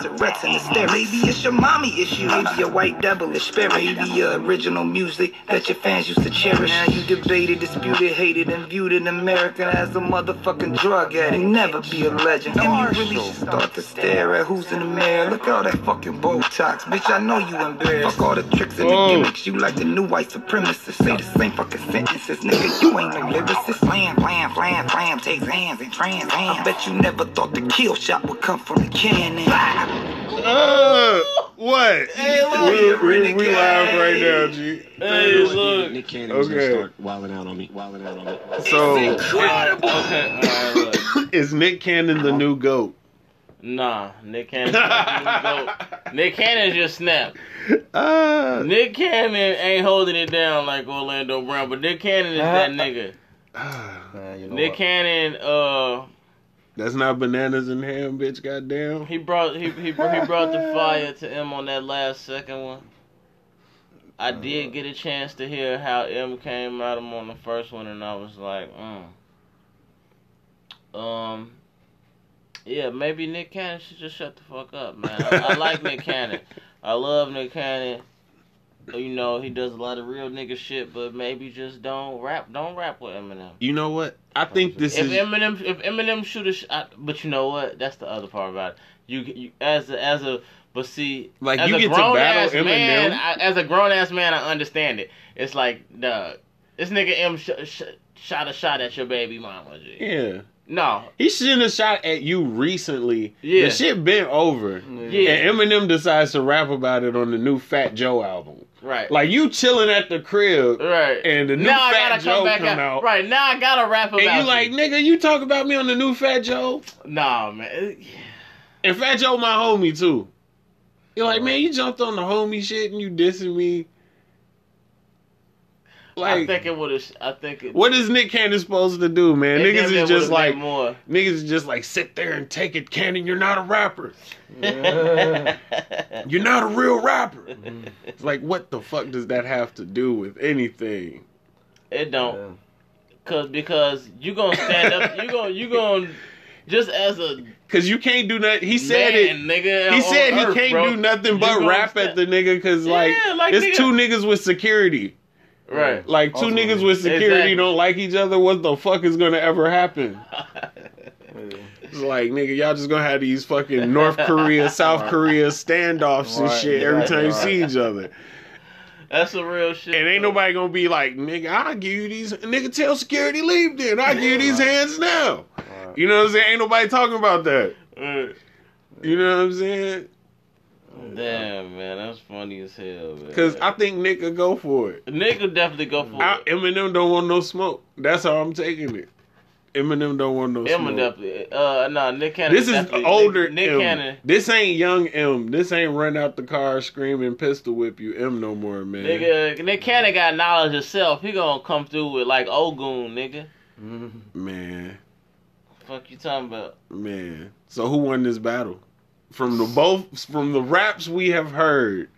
[SPEAKER 10] Tourette's and hysteria. Maybe it's your mommy issue. Maybe your white devil is spirit. Maybe your original music that your fans used to cherish. Now you debated, disputed, hated, and viewed an American as a motherfucking drug addict. You'll never be a legend. And you really should start to stare at who's in the mirror. Look at all that fucking Botox. Bitch, I know you embarrassed. Fuck all the tricks and
[SPEAKER 9] Whoa.
[SPEAKER 10] the gimmicks. You like the new white supremacists. Say the same fucking sentences. Nigga, you ain't no lyricist. Slam, slam, slam, slam. Take hands and trans hands. I bet you never thought the kill shot would come from the cannon.
[SPEAKER 9] Uh, what? we, we, we live right now, G.
[SPEAKER 2] Hey, look.
[SPEAKER 6] Nick Cannon was
[SPEAKER 9] Okay.
[SPEAKER 6] gonna start wilding out on me, wilding out on me.
[SPEAKER 9] So,
[SPEAKER 2] Okay, alright, look.
[SPEAKER 9] is Nick Cannon the new GOAT?
[SPEAKER 2] Nah, Nick Cannon. Go. Nick Cannon just snapped.
[SPEAKER 9] Uh,
[SPEAKER 2] Nick Cannon ain't holding it down like Orlando Brown, but Nick Cannon is that nigga.
[SPEAKER 8] Man, you know
[SPEAKER 2] Nick
[SPEAKER 8] what?
[SPEAKER 2] Cannon, uh,
[SPEAKER 9] Ah. that's not bananas and ham, bitch. Goddamn.
[SPEAKER 2] Mm, he brought he he, he brought the fire to M on that last second one. I did get a chance to hear how M came at him on the first one, and I was like, mm. um, yeah, maybe Nick Cannon should just shut the fuck up, man. I, I like Nick Cannon. I love Nick Cannon. You know he does a lot of real nigga shit, but maybe just don't rap. Don't rap with Eminem.
[SPEAKER 9] You know what? I think this
[SPEAKER 2] If
[SPEAKER 9] is.
[SPEAKER 2] Eminem, if Eminem shoot a shot, but you know what? That's the other part about it. You, you as a, as a, but see,
[SPEAKER 9] Like,
[SPEAKER 2] as
[SPEAKER 9] you
[SPEAKER 2] a
[SPEAKER 9] get to
[SPEAKER 2] grown
[SPEAKER 9] battle
[SPEAKER 2] ass Man,
[SPEAKER 9] Eminem?
[SPEAKER 2] I, as a grown ass man, I understand it. It's like, duh, this nigga M sh- sh- shot a shot at your baby mama. G.
[SPEAKER 9] yeah.
[SPEAKER 2] No,
[SPEAKER 9] He shouldn't have shot at you recently.
[SPEAKER 2] Yeah.
[SPEAKER 9] The shit been over.
[SPEAKER 2] Yeah.
[SPEAKER 9] And Eminem decides to rap about it on the new Fat Joe album.
[SPEAKER 2] right,
[SPEAKER 9] Like, you chilling at the crib.
[SPEAKER 2] right.
[SPEAKER 9] and the new
[SPEAKER 2] now
[SPEAKER 9] Fat
[SPEAKER 2] I gotta
[SPEAKER 9] Joe
[SPEAKER 2] come back
[SPEAKER 9] come out.
[SPEAKER 2] Right now, I gotta rap about
[SPEAKER 9] And you like, nigga, you talk about me on the new Fat Joe?
[SPEAKER 2] nah, man.
[SPEAKER 9] And Fat Joe my homie too. You're
[SPEAKER 2] Uh-huh.
[SPEAKER 9] like, man, you jumped on the homie shit and you dissing me.
[SPEAKER 2] I
[SPEAKER 9] Like
[SPEAKER 2] think it would have. I think it.
[SPEAKER 9] what is Nick Cannon supposed to do, man?
[SPEAKER 2] it damn
[SPEAKER 9] Niggas
[SPEAKER 2] near
[SPEAKER 9] is just
[SPEAKER 2] would've
[SPEAKER 9] like
[SPEAKER 2] been more.
[SPEAKER 9] niggas is just like sit there and take it, Cannon, you're not a rapper. You're not a real rapper.
[SPEAKER 2] Mm-hmm.
[SPEAKER 9] it's like what the fuck does that have to do with anything?
[SPEAKER 2] It don't. Cause because you gonna stand up, you gonna you gonna just as a
[SPEAKER 9] Cause you can't do nothing. He said it.
[SPEAKER 2] man, nigga.
[SPEAKER 9] He
[SPEAKER 2] on
[SPEAKER 9] said he
[SPEAKER 2] Earth,
[SPEAKER 9] can't
[SPEAKER 2] bro,
[SPEAKER 9] do nothing
[SPEAKER 2] you
[SPEAKER 9] but
[SPEAKER 2] gonna
[SPEAKER 9] rap
[SPEAKER 2] sta-
[SPEAKER 9] at the nigga because like,
[SPEAKER 2] Yeah, like,
[SPEAKER 9] it's
[SPEAKER 2] nigga-
[SPEAKER 9] two niggas with security.
[SPEAKER 2] right.
[SPEAKER 9] Like two
[SPEAKER 8] Ultimately.
[SPEAKER 9] niggas with security
[SPEAKER 2] Exactly.
[SPEAKER 9] don't like each other. What the fuck is gonna ever happen? It's like nigga, y'all just gonna have these fucking North Korea, South Korea standoffs and
[SPEAKER 8] Right,
[SPEAKER 9] shit every
[SPEAKER 8] right,
[SPEAKER 9] time you
[SPEAKER 8] right.
[SPEAKER 9] see each other.
[SPEAKER 2] That's the real shit.
[SPEAKER 9] And ain't
[SPEAKER 2] though.
[SPEAKER 9] nobody gonna be like, nigga, I'll give you these nigga tell security leave then. I'll give you these hands now. You know what I'm saying? Ain't nobody talking about that.
[SPEAKER 2] Right.
[SPEAKER 9] You know what I'm saying?
[SPEAKER 2] Damn, man, that's funny as hell, man.
[SPEAKER 9] Cause I think Nick could go for it.
[SPEAKER 2] Nigga definitely go for
[SPEAKER 9] I,
[SPEAKER 2] it.
[SPEAKER 9] Eminem don't want no smoke. That's how I'm taking it. Eminem don't want no
[SPEAKER 2] Emma
[SPEAKER 9] smoke.
[SPEAKER 2] definitely. Uh, no, Nick Cannon.
[SPEAKER 9] This is
[SPEAKER 2] definitely-
[SPEAKER 9] older
[SPEAKER 2] Nick,
[SPEAKER 9] M.
[SPEAKER 2] Nick Cannon.
[SPEAKER 9] This ain't young M. This ain't run out the car screaming pistol whip you M no more, man.
[SPEAKER 2] Nigga, Nick Cannon got knowledge himself. He gonna come through with like Ogun, nigga.
[SPEAKER 9] Man,
[SPEAKER 2] Fuck you talking about?
[SPEAKER 9] man. So who won this battle? From the both from the raps we have heard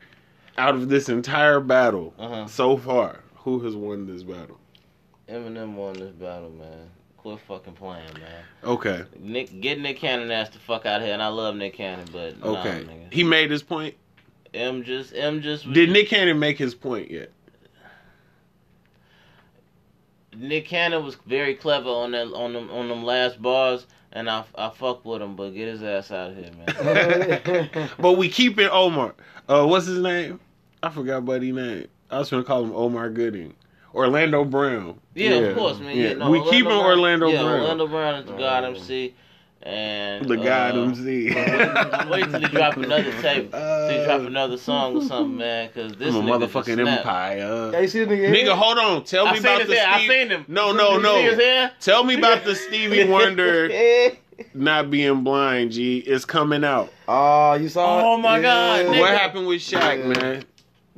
[SPEAKER 9] out of this entire battle
[SPEAKER 2] Uh-huh.
[SPEAKER 9] so far, who has won this battle?
[SPEAKER 2] Eminem won this battle, man. Quit fucking playing, man.
[SPEAKER 9] Okay.
[SPEAKER 2] Nick, get Nick Cannon ass the fuck out of here, and I love Nick Cannon, but nah,
[SPEAKER 9] Okay.
[SPEAKER 2] nigga.
[SPEAKER 9] he made his point.
[SPEAKER 2] M just, M just was
[SPEAKER 9] Did Nick Cannon make his point yet?
[SPEAKER 2] Nick Cannon was very clever on that on them on them last bars, and I I fuck with him, but get his ass out of here, man.
[SPEAKER 9] but we keep it Omar. Uh, what's his name? I forgot buddy name. I was gonna call him Omar Gooding. Orlando Brown.
[SPEAKER 2] Yeah, of course, man. Yeah, no,
[SPEAKER 9] we keep him Orlando
[SPEAKER 2] yeah,
[SPEAKER 9] Brown. Oh,
[SPEAKER 2] Orlando Brown is the God MC, and
[SPEAKER 9] the God
[SPEAKER 2] uh,
[SPEAKER 9] MC.
[SPEAKER 2] I'm waiting till he drop another tape, till he drop another song or something, man. Because this
[SPEAKER 9] I'm a
[SPEAKER 2] nigga just
[SPEAKER 9] motherfucking
[SPEAKER 2] snapped.
[SPEAKER 9] empire.
[SPEAKER 8] Hey, see the nigga.
[SPEAKER 9] Nigga, hold on. Tell
[SPEAKER 2] I
[SPEAKER 9] me
[SPEAKER 2] seen
[SPEAKER 9] about
[SPEAKER 2] his
[SPEAKER 9] the
[SPEAKER 2] hair. I
[SPEAKER 9] Steve-
[SPEAKER 2] seen him.
[SPEAKER 9] No, no,
[SPEAKER 2] You see his
[SPEAKER 9] no.
[SPEAKER 2] hair?
[SPEAKER 9] Tell me about the Stevie Wonder not being blind, G. It's coming out.
[SPEAKER 8] Oh, you saw
[SPEAKER 2] Oh
[SPEAKER 8] it?
[SPEAKER 2] my God, nigga.
[SPEAKER 9] What happened with Shaq, man?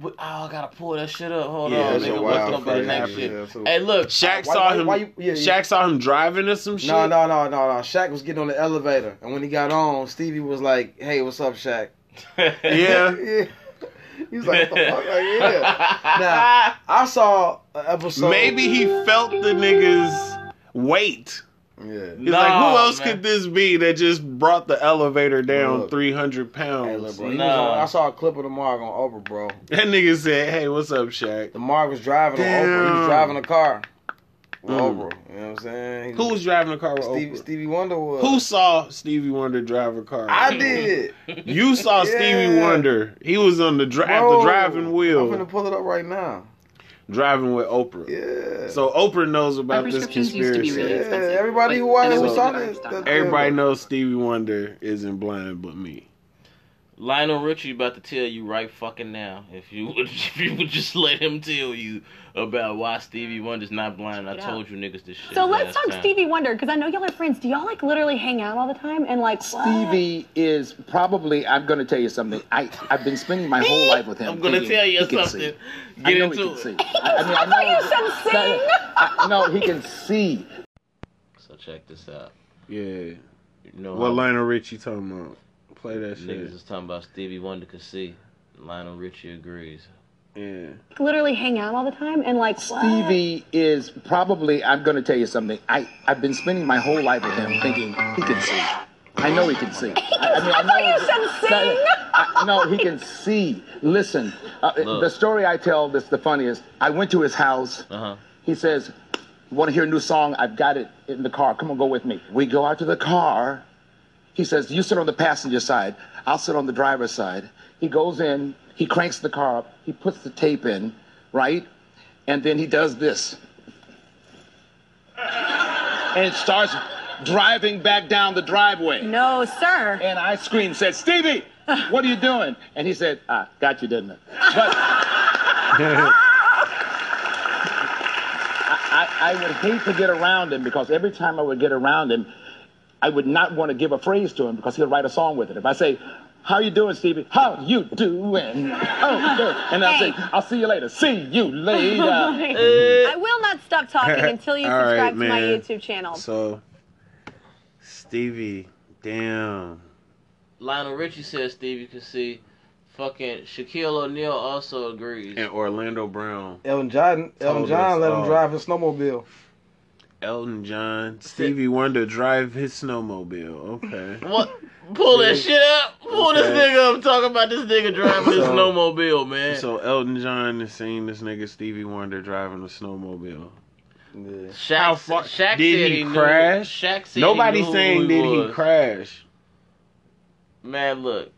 [SPEAKER 2] Oh, I gotta pull that shit up. Hold
[SPEAKER 9] Yeah,
[SPEAKER 2] on,
[SPEAKER 9] that's
[SPEAKER 2] nigga.
[SPEAKER 9] a
[SPEAKER 2] What's
[SPEAKER 9] wild
[SPEAKER 2] gonna be the
[SPEAKER 9] fucking
[SPEAKER 2] next
[SPEAKER 9] happened.
[SPEAKER 2] shit?
[SPEAKER 8] Yeah, so-
[SPEAKER 2] Hey, look.
[SPEAKER 9] Shaq
[SPEAKER 8] Why-
[SPEAKER 9] saw
[SPEAKER 8] why-
[SPEAKER 9] him.
[SPEAKER 8] why you- yeah,
[SPEAKER 9] Shaq
[SPEAKER 8] yeah.
[SPEAKER 9] saw him driving or some shit.
[SPEAKER 8] No, no, no, no, no. Shaq was getting on the elevator, and when he got on, Stevie was like, "Hey, what's up, Shaq?"
[SPEAKER 9] Yeah.
[SPEAKER 8] Yeah. He was like, "What the fuck?" Like, yeah. Now, I saw an episode.
[SPEAKER 9] Maybe he felt the nigga's weight.
[SPEAKER 8] Yeah.
[SPEAKER 9] He's like,
[SPEAKER 2] Nah,
[SPEAKER 9] who else
[SPEAKER 2] Oh, man.
[SPEAKER 9] could this be that just brought the elevator down
[SPEAKER 8] Look.
[SPEAKER 9] 300
[SPEAKER 8] Hey,
[SPEAKER 9] pounds?
[SPEAKER 8] look, bro. He was
[SPEAKER 2] Nah.
[SPEAKER 8] on, I saw a clip of the Marg on Oprah, bro.
[SPEAKER 9] that nigga said, hey, what's up, Shaq?
[SPEAKER 8] The Marg was driving on Oprah. He
[SPEAKER 9] Damn.
[SPEAKER 8] was driving a car with
[SPEAKER 9] Mm.
[SPEAKER 8] Oprah. You know what I'm saying?
[SPEAKER 9] Who was driving the car with
[SPEAKER 8] Stevie,
[SPEAKER 9] Oprah?
[SPEAKER 8] Stevie Wonder was.
[SPEAKER 9] Who saw Stevie Wonder drive a car?
[SPEAKER 8] I did.
[SPEAKER 9] You saw Stevie
[SPEAKER 8] Yeah.
[SPEAKER 9] Wonder. He was on the dri- at
[SPEAKER 8] Bro,
[SPEAKER 9] the driving
[SPEAKER 8] I'm
[SPEAKER 9] wheel,
[SPEAKER 8] gonna pull it up right now.
[SPEAKER 9] driving with Oprah.
[SPEAKER 8] Yeah.
[SPEAKER 9] So Oprah knows about this
[SPEAKER 5] prescriptions used to be
[SPEAKER 9] conspiracy.
[SPEAKER 5] really
[SPEAKER 8] yeah.
[SPEAKER 5] expensive.
[SPEAKER 8] Everybody who watched who saw this, that-
[SPEAKER 9] Everybody knows Stevie Wonder isn't blind but me.
[SPEAKER 2] Lionel Richie about to tell you right fucking now if you would if you would just let him tell you about why Stevie Wonder's not blind. I
[SPEAKER 5] Check it out.
[SPEAKER 2] told you niggas this shit.
[SPEAKER 5] So let's
[SPEAKER 2] last
[SPEAKER 5] talk
[SPEAKER 2] time.
[SPEAKER 5] Stevie Wonder because I know y'all are friends. Do y'all like literally hang out all the time and like
[SPEAKER 11] Stevie is probably. I'm going to tell you something. I I've been spending my whole life with him.
[SPEAKER 2] I'm gonna
[SPEAKER 11] thinking
[SPEAKER 2] tell you
[SPEAKER 11] he can
[SPEAKER 2] something.
[SPEAKER 11] see.
[SPEAKER 2] Get
[SPEAKER 11] I know he
[SPEAKER 2] into
[SPEAKER 11] can
[SPEAKER 2] it.
[SPEAKER 11] see. I, I mean, I know,
[SPEAKER 5] you can see.
[SPEAKER 11] No, no, I- no, he can see.
[SPEAKER 2] So check this out.
[SPEAKER 9] Yeah.
[SPEAKER 2] You know
[SPEAKER 9] What
[SPEAKER 2] how
[SPEAKER 9] Lionel Richie talking about? Play that shit.
[SPEAKER 2] niggas is talking about Stevie Wonder could see. Lionel Richie agrees.
[SPEAKER 9] Yeah.
[SPEAKER 5] like, literally hang out all the time and like
[SPEAKER 11] Stevie is probably. I'm going to tell you something. I I've been spending my whole life with him, thinking he can see. I know he can see. I, I mean, I know,
[SPEAKER 5] you can see.
[SPEAKER 11] No, I- no, he can see. Listen, uh,
[SPEAKER 2] Look.
[SPEAKER 11] the story I tell that's the funniest. I went to his house.
[SPEAKER 2] Uh huh.
[SPEAKER 11] He says, Want to hear a new song? I've got it in the car. Come on, go with me. We go out to the car. He says, You sit on the passenger side. I'll sit on the driver's side. He goes in, he cranks the car up, he puts the tape in, right? And then he does this. and starts driving back down the driveway.
[SPEAKER 5] No, sir.
[SPEAKER 11] And I screamed, said, Stevie, what are you doing? And he said, Ah, got you, didn't I? But I, I would hate to get around him because every time I would get around him, I would not want to give a phrase to him because he'll write a song with it. If I say, how you doing, Stevie? How you doing? Oh, good. And I'll say,
[SPEAKER 5] Hey.
[SPEAKER 11] I'll see you later. See you later.
[SPEAKER 2] uh,
[SPEAKER 5] I will not stop talking until you
[SPEAKER 9] All right,
[SPEAKER 5] subscribe to my
[SPEAKER 9] man.
[SPEAKER 5] YouTube channel.
[SPEAKER 9] So, Stevie, damn.
[SPEAKER 2] Lionel Richie says Stevie could see. Fucking Shaquille O'Neal also agrees.
[SPEAKER 9] And Orlando Brown,
[SPEAKER 8] Elton John, Elton
[SPEAKER 9] Told
[SPEAKER 8] John
[SPEAKER 9] us uh,
[SPEAKER 8] let him
[SPEAKER 9] all.
[SPEAKER 8] drive his snowmobile.
[SPEAKER 9] Elton John, Stevie Wonder drive his snowmobile. Okay.
[SPEAKER 2] What? Pull that shit up. Pull this
[SPEAKER 9] Okay.
[SPEAKER 2] nigga up. Talking about this nigga driving his
[SPEAKER 9] So-
[SPEAKER 2] snowmobile, man.
[SPEAKER 9] So Elton John is seeing this nigga Stevie Wonder driving a snowmobile.
[SPEAKER 8] Yeah.
[SPEAKER 2] Shaq,
[SPEAKER 9] How far-
[SPEAKER 2] sa- Shaq
[SPEAKER 9] did
[SPEAKER 2] said
[SPEAKER 9] he
[SPEAKER 2] knew-
[SPEAKER 9] crash?
[SPEAKER 2] Shaq said he
[SPEAKER 9] Nobody's
[SPEAKER 2] knew who
[SPEAKER 9] saying
[SPEAKER 2] he
[SPEAKER 9] did he
[SPEAKER 2] was.
[SPEAKER 9] crash.
[SPEAKER 2] Man, look.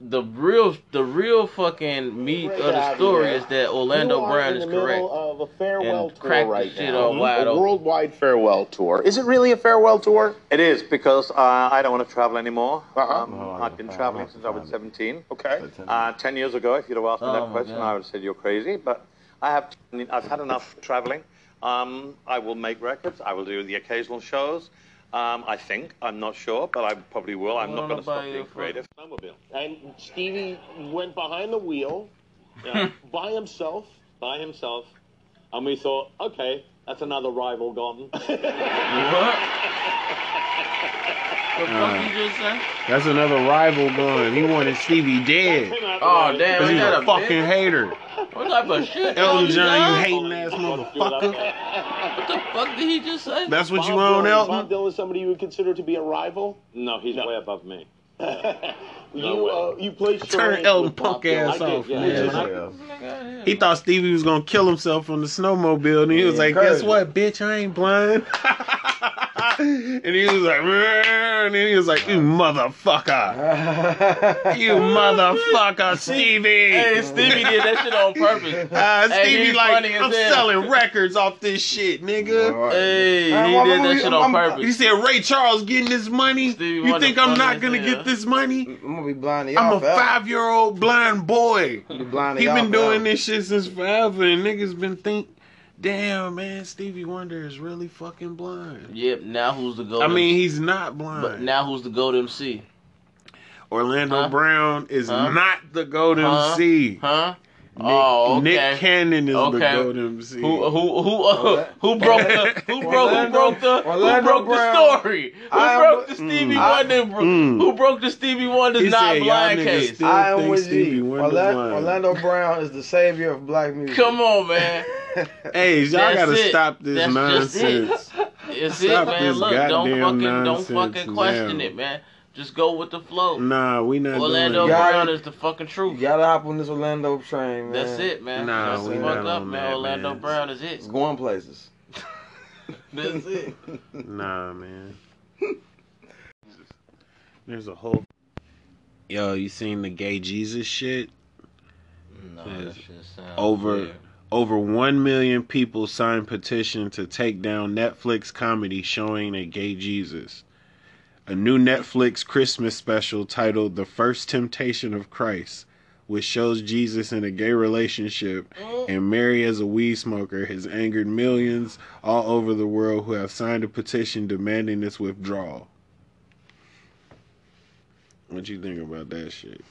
[SPEAKER 2] the real the real fucking meat of the story is that Orlando
[SPEAKER 12] You are
[SPEAKER 2] Brown
[SPEAKER 12] in
[SPEAKER 2] is
[SPEAKER 12] the middle
[SPEAKER 2] correct.
[SPEAKER 12] Of a farewell
[SPEAKER 2] And
[SPEAKER 12] tour
[SPEAKER 2] crack
[SPEAKER 12] right
[SPEAKER 2] the shit
[SPEAKER 12] now.
[SPEAKER 2] all wide
[SPEAKER 12] a
[SPEAKER 2] open.
[SPEAKER 12] worldwide farewell tour. Is it really a farewell tour?
[SPEAKER 13] It is because uh, I don't want to travel anymore. Um, I've been traveling since I was 17. Okay. Uh, 10 years ago, if you'd have asked me
[SPEAKER 12] Oh,
[SPEAKER 13] that
[SPEAKER 12] my
[SPEAKER 13] question,
[SPEAKER 12] God.
[SPEAKER 13] I would have said you're crazy. But I have, I've had enough traveling. Um, I will make records. I will do the occasional shows. Um, I think. I'm not sure, but I probably will. I'm not going to stop being creative.
[SPEAKER 12] And Stevie went behind the wheel yeah, by himself. By himself. And we thought, okay, that's another rival gone.
[SPEAKER 2] Fuck you just said?
[SPEAKER 9] That's another rival going. He wanted Stevie dead.
[SPEAKER 2] Oh, damn,
[SPEAKER 9] Cause
[SPEAKER 2] ain't
[SPEAKER 9] he's
[SPEAKER 2] that
[SPEAKER 9] a
[SPEAKER 2] a
[SPEAKER 9] fucking
[SPEAKER 2] bitch?
[SPEAKER 9] hater.
[SPEAKER 2] What type of
[SPEAKER 9] Elton
[SPEAKER 2] shit? Elton
[SPEAKER 9] John, you
[SPEAKER 2] John?
[SPEAKER 9] hating ass motherfucker.
[SPEAKER 2] What the fuck did he just say?
[SPEAKER 9] That's what you own,
[SPEAKER 12] Dylan,
[SPEAKER 9] Elton?
[SPEAKER 12] Bob Dylan, somebody you would consider to be a rival?
[SPEAKER 13] No, he's way above me.
[SPEAKER 12] you uh, you played charades
[SPEAKER 9] Turn Elton
[SPEAKER 12] with Bob
[SPEAKER 9] punk
[SPEAKER 12] Dylan.
[SPEAKER 9] ass
[SPEAKER 12] I did,
[SPEAKER 9] off.
[SPEAKER 12] yeah.
[SPEAKER 9] man.
[SPEAKER 12] When I-
[SPEAKER 9] He thought Stevie was gonna kill himself from the snowmobile, and he was
[SPEAKER 12] Yeah,
[SPEAKER 9] like,
[SPEAKER 12] encourage
[SPEAKER 9] "Guess what, bitch? I ain't blind." and he was like, "Rrrr," and then he was like, "You motherfucker, you motherfucker, Stevie."
[SPEAKER 2] Hey, Stevie did that shit on purpose.
[SPEAKER 9] Uh,
[SPEAKER 2] Hey,
[SPEAKER 9] Stevie
[SPEAKER 2] he's
[SPEAKER 9] like,
[SPEAKER 2] funny as
[SPEAKER 9] I'm
[SPEAKER 2] hell."
[SPEAKER 9] selling records off this shit, nigga.
[SPEAKER 2] Hey, he did that shit on purpose.
[SPEAKER 9] He said, Ray Charles getting this money? you
[SPEAKER 2] Wonder
[SPEAKER 9] think I'm
[SPEAKER 2] funny
[SPEAKER 9] not
[SPEAKER 2] as
[SPEAKER 9] gonna
[SPEAKER 2] hell."
[SPEAKER 9] get this money? I'm
[SPEAKER 8] gonna be blind.
[SPEAKER 9] I'm a
[SPEAKER 8] y'all forever.
[SPEAKER 9] five year old blind boy. He
[SPEAKER 8] blind to y'all
[SPEAKER 9] been doing
[SPEAKER 8] forever.
[SPEAKER 9] this shit since forever, and niggas been think, damn man, Stevie Wonder is really fucking blind.
[SPEAKER 2] Yep, now who's the goat?
[SPEAKER 9] I mean,
[SPEAKER 2] MC?
[SPEAKER 9] he's not blind.
[SPEAKER 2] But now who's the goat MC?
[SPEAKER 9] Orlando Brown is
[SPEAKER 2] Huh?
[SPEAKER 9] not the Golden
[SPEAKER 2] Huh?
[SPEAKER 9] C.
[SPEAKER 2] Huh?
[SPEAKER 9] Nick,
[SPEAKER 2] Oh, okay.
[SPEAKER 9] Nick Cannon is
[SPEAKER 2] Okay.
[SPEAKER 9] the Golden C.
[SPEAKER 2] Who who who uh, who broke the who broke who broke the who
[SPEAKER 9] Orlando
[SPEAKER 2] broke
[SPEAKER 9] Brown.
[SPEAKER 2] the story? Who
[SPEAKER 9] I am
[SPEAKER 2] broke the
[SPEAKER 9] with-
[SPEAKER 2] Stevie
[SPEAKER 9] Mm. I-
[SPEAKER 2] Wonder? bro-
[SPEAKER 9] Mm.
[SPEAKER 2] Who broke the Stevie Wonder's
[SPEAKER 9] He
[SPEAKER 2] not
[SPEAKER 9] said, "Y'all
[SPEAKER 2] blind
[SPEAKER 9] niggas
[SPEAKER 2] case?
[SPEAKER 9] still
[SPEAKER 8] I am with
[SPEAKER 9] Stevie
[SPEAKER 8] you.
[SPEAKER 9] Wonder
[SPEAKER 8] Orla-
[SPEAKER 9] won.
[SPEAKER 8] Orlando Brown is the savior of black music.
[SPEAKER 2] Come on, man.
[SPEAKER 9] Hey, y'all
[SPEAKER 2] That's
[SPEAKER 9] gotta
[SPEAKER 2] it.
[SPEAKER 9] stop this
[SPEAKER 2] That's just
[SPEAKER 9] nonsense.
[SPEAKER 2] it. It's
[SPEAKER 9] Stop
[SPEAKER 2] it, man.
[SPEAKER 9] this
[SPEAKER 2] Look, don't
[SPEAKER 9] goddamn
[SPEAKER 2] fucking don't
[SPEAKER 9] nonsense
[SPEAKER 2] fucking question
[SPEAKER 9] now.
[SPEAKER 2] it, man. Just go with the flow.
[SPEAKER 9] Nah, we not
[SPEAKER 2] Orlando
[SPEAKER 9] doing that.
[SPEAKER 2] Brown is the fucking truth.
[SPEAKER 8] You gotta hop on this Orlando train, man.
[SPEAKER 2] That's it, man.
[SPEAKER 9] Nah,
[SPEAKER 2] That's
[SPEAKER 9] we
[SPEAKER 2] the
[SPEAKER 9] not
[SPEAKER 2] fuck up,
[SPEAKER 9] on
[SPEAKER 2] man.
[SPEAKER 9] that,
[SPEAKER 2] Orlando
[SPEAKER 9] man.
[SPEAKER 2] Brown is it.
[SPEAKER 8] It's going places.
[SPEAKER 2] That's it.
[SPEAKER 9] Nah, man. There's a whole. Yo, you seen the gay Jesus shit?
[SPEAKER 2] No,
[SPEAKER 9] There's
[SPEAKER 2] that shit sounds
[SPEAKER 9] over
[SPEAKER 2] weird.
[SPEAKER 9] over one million people signed petition to take down Netflix comedy showing a gay Jesus. A new Netflix Christmas special titled "The First Temptation of Christ," which shows Jesus in a gay relationship and Mary as a weed smoker, has angered millions all over the world who have signed a petition demanding its withdrawal. What you think about that shit?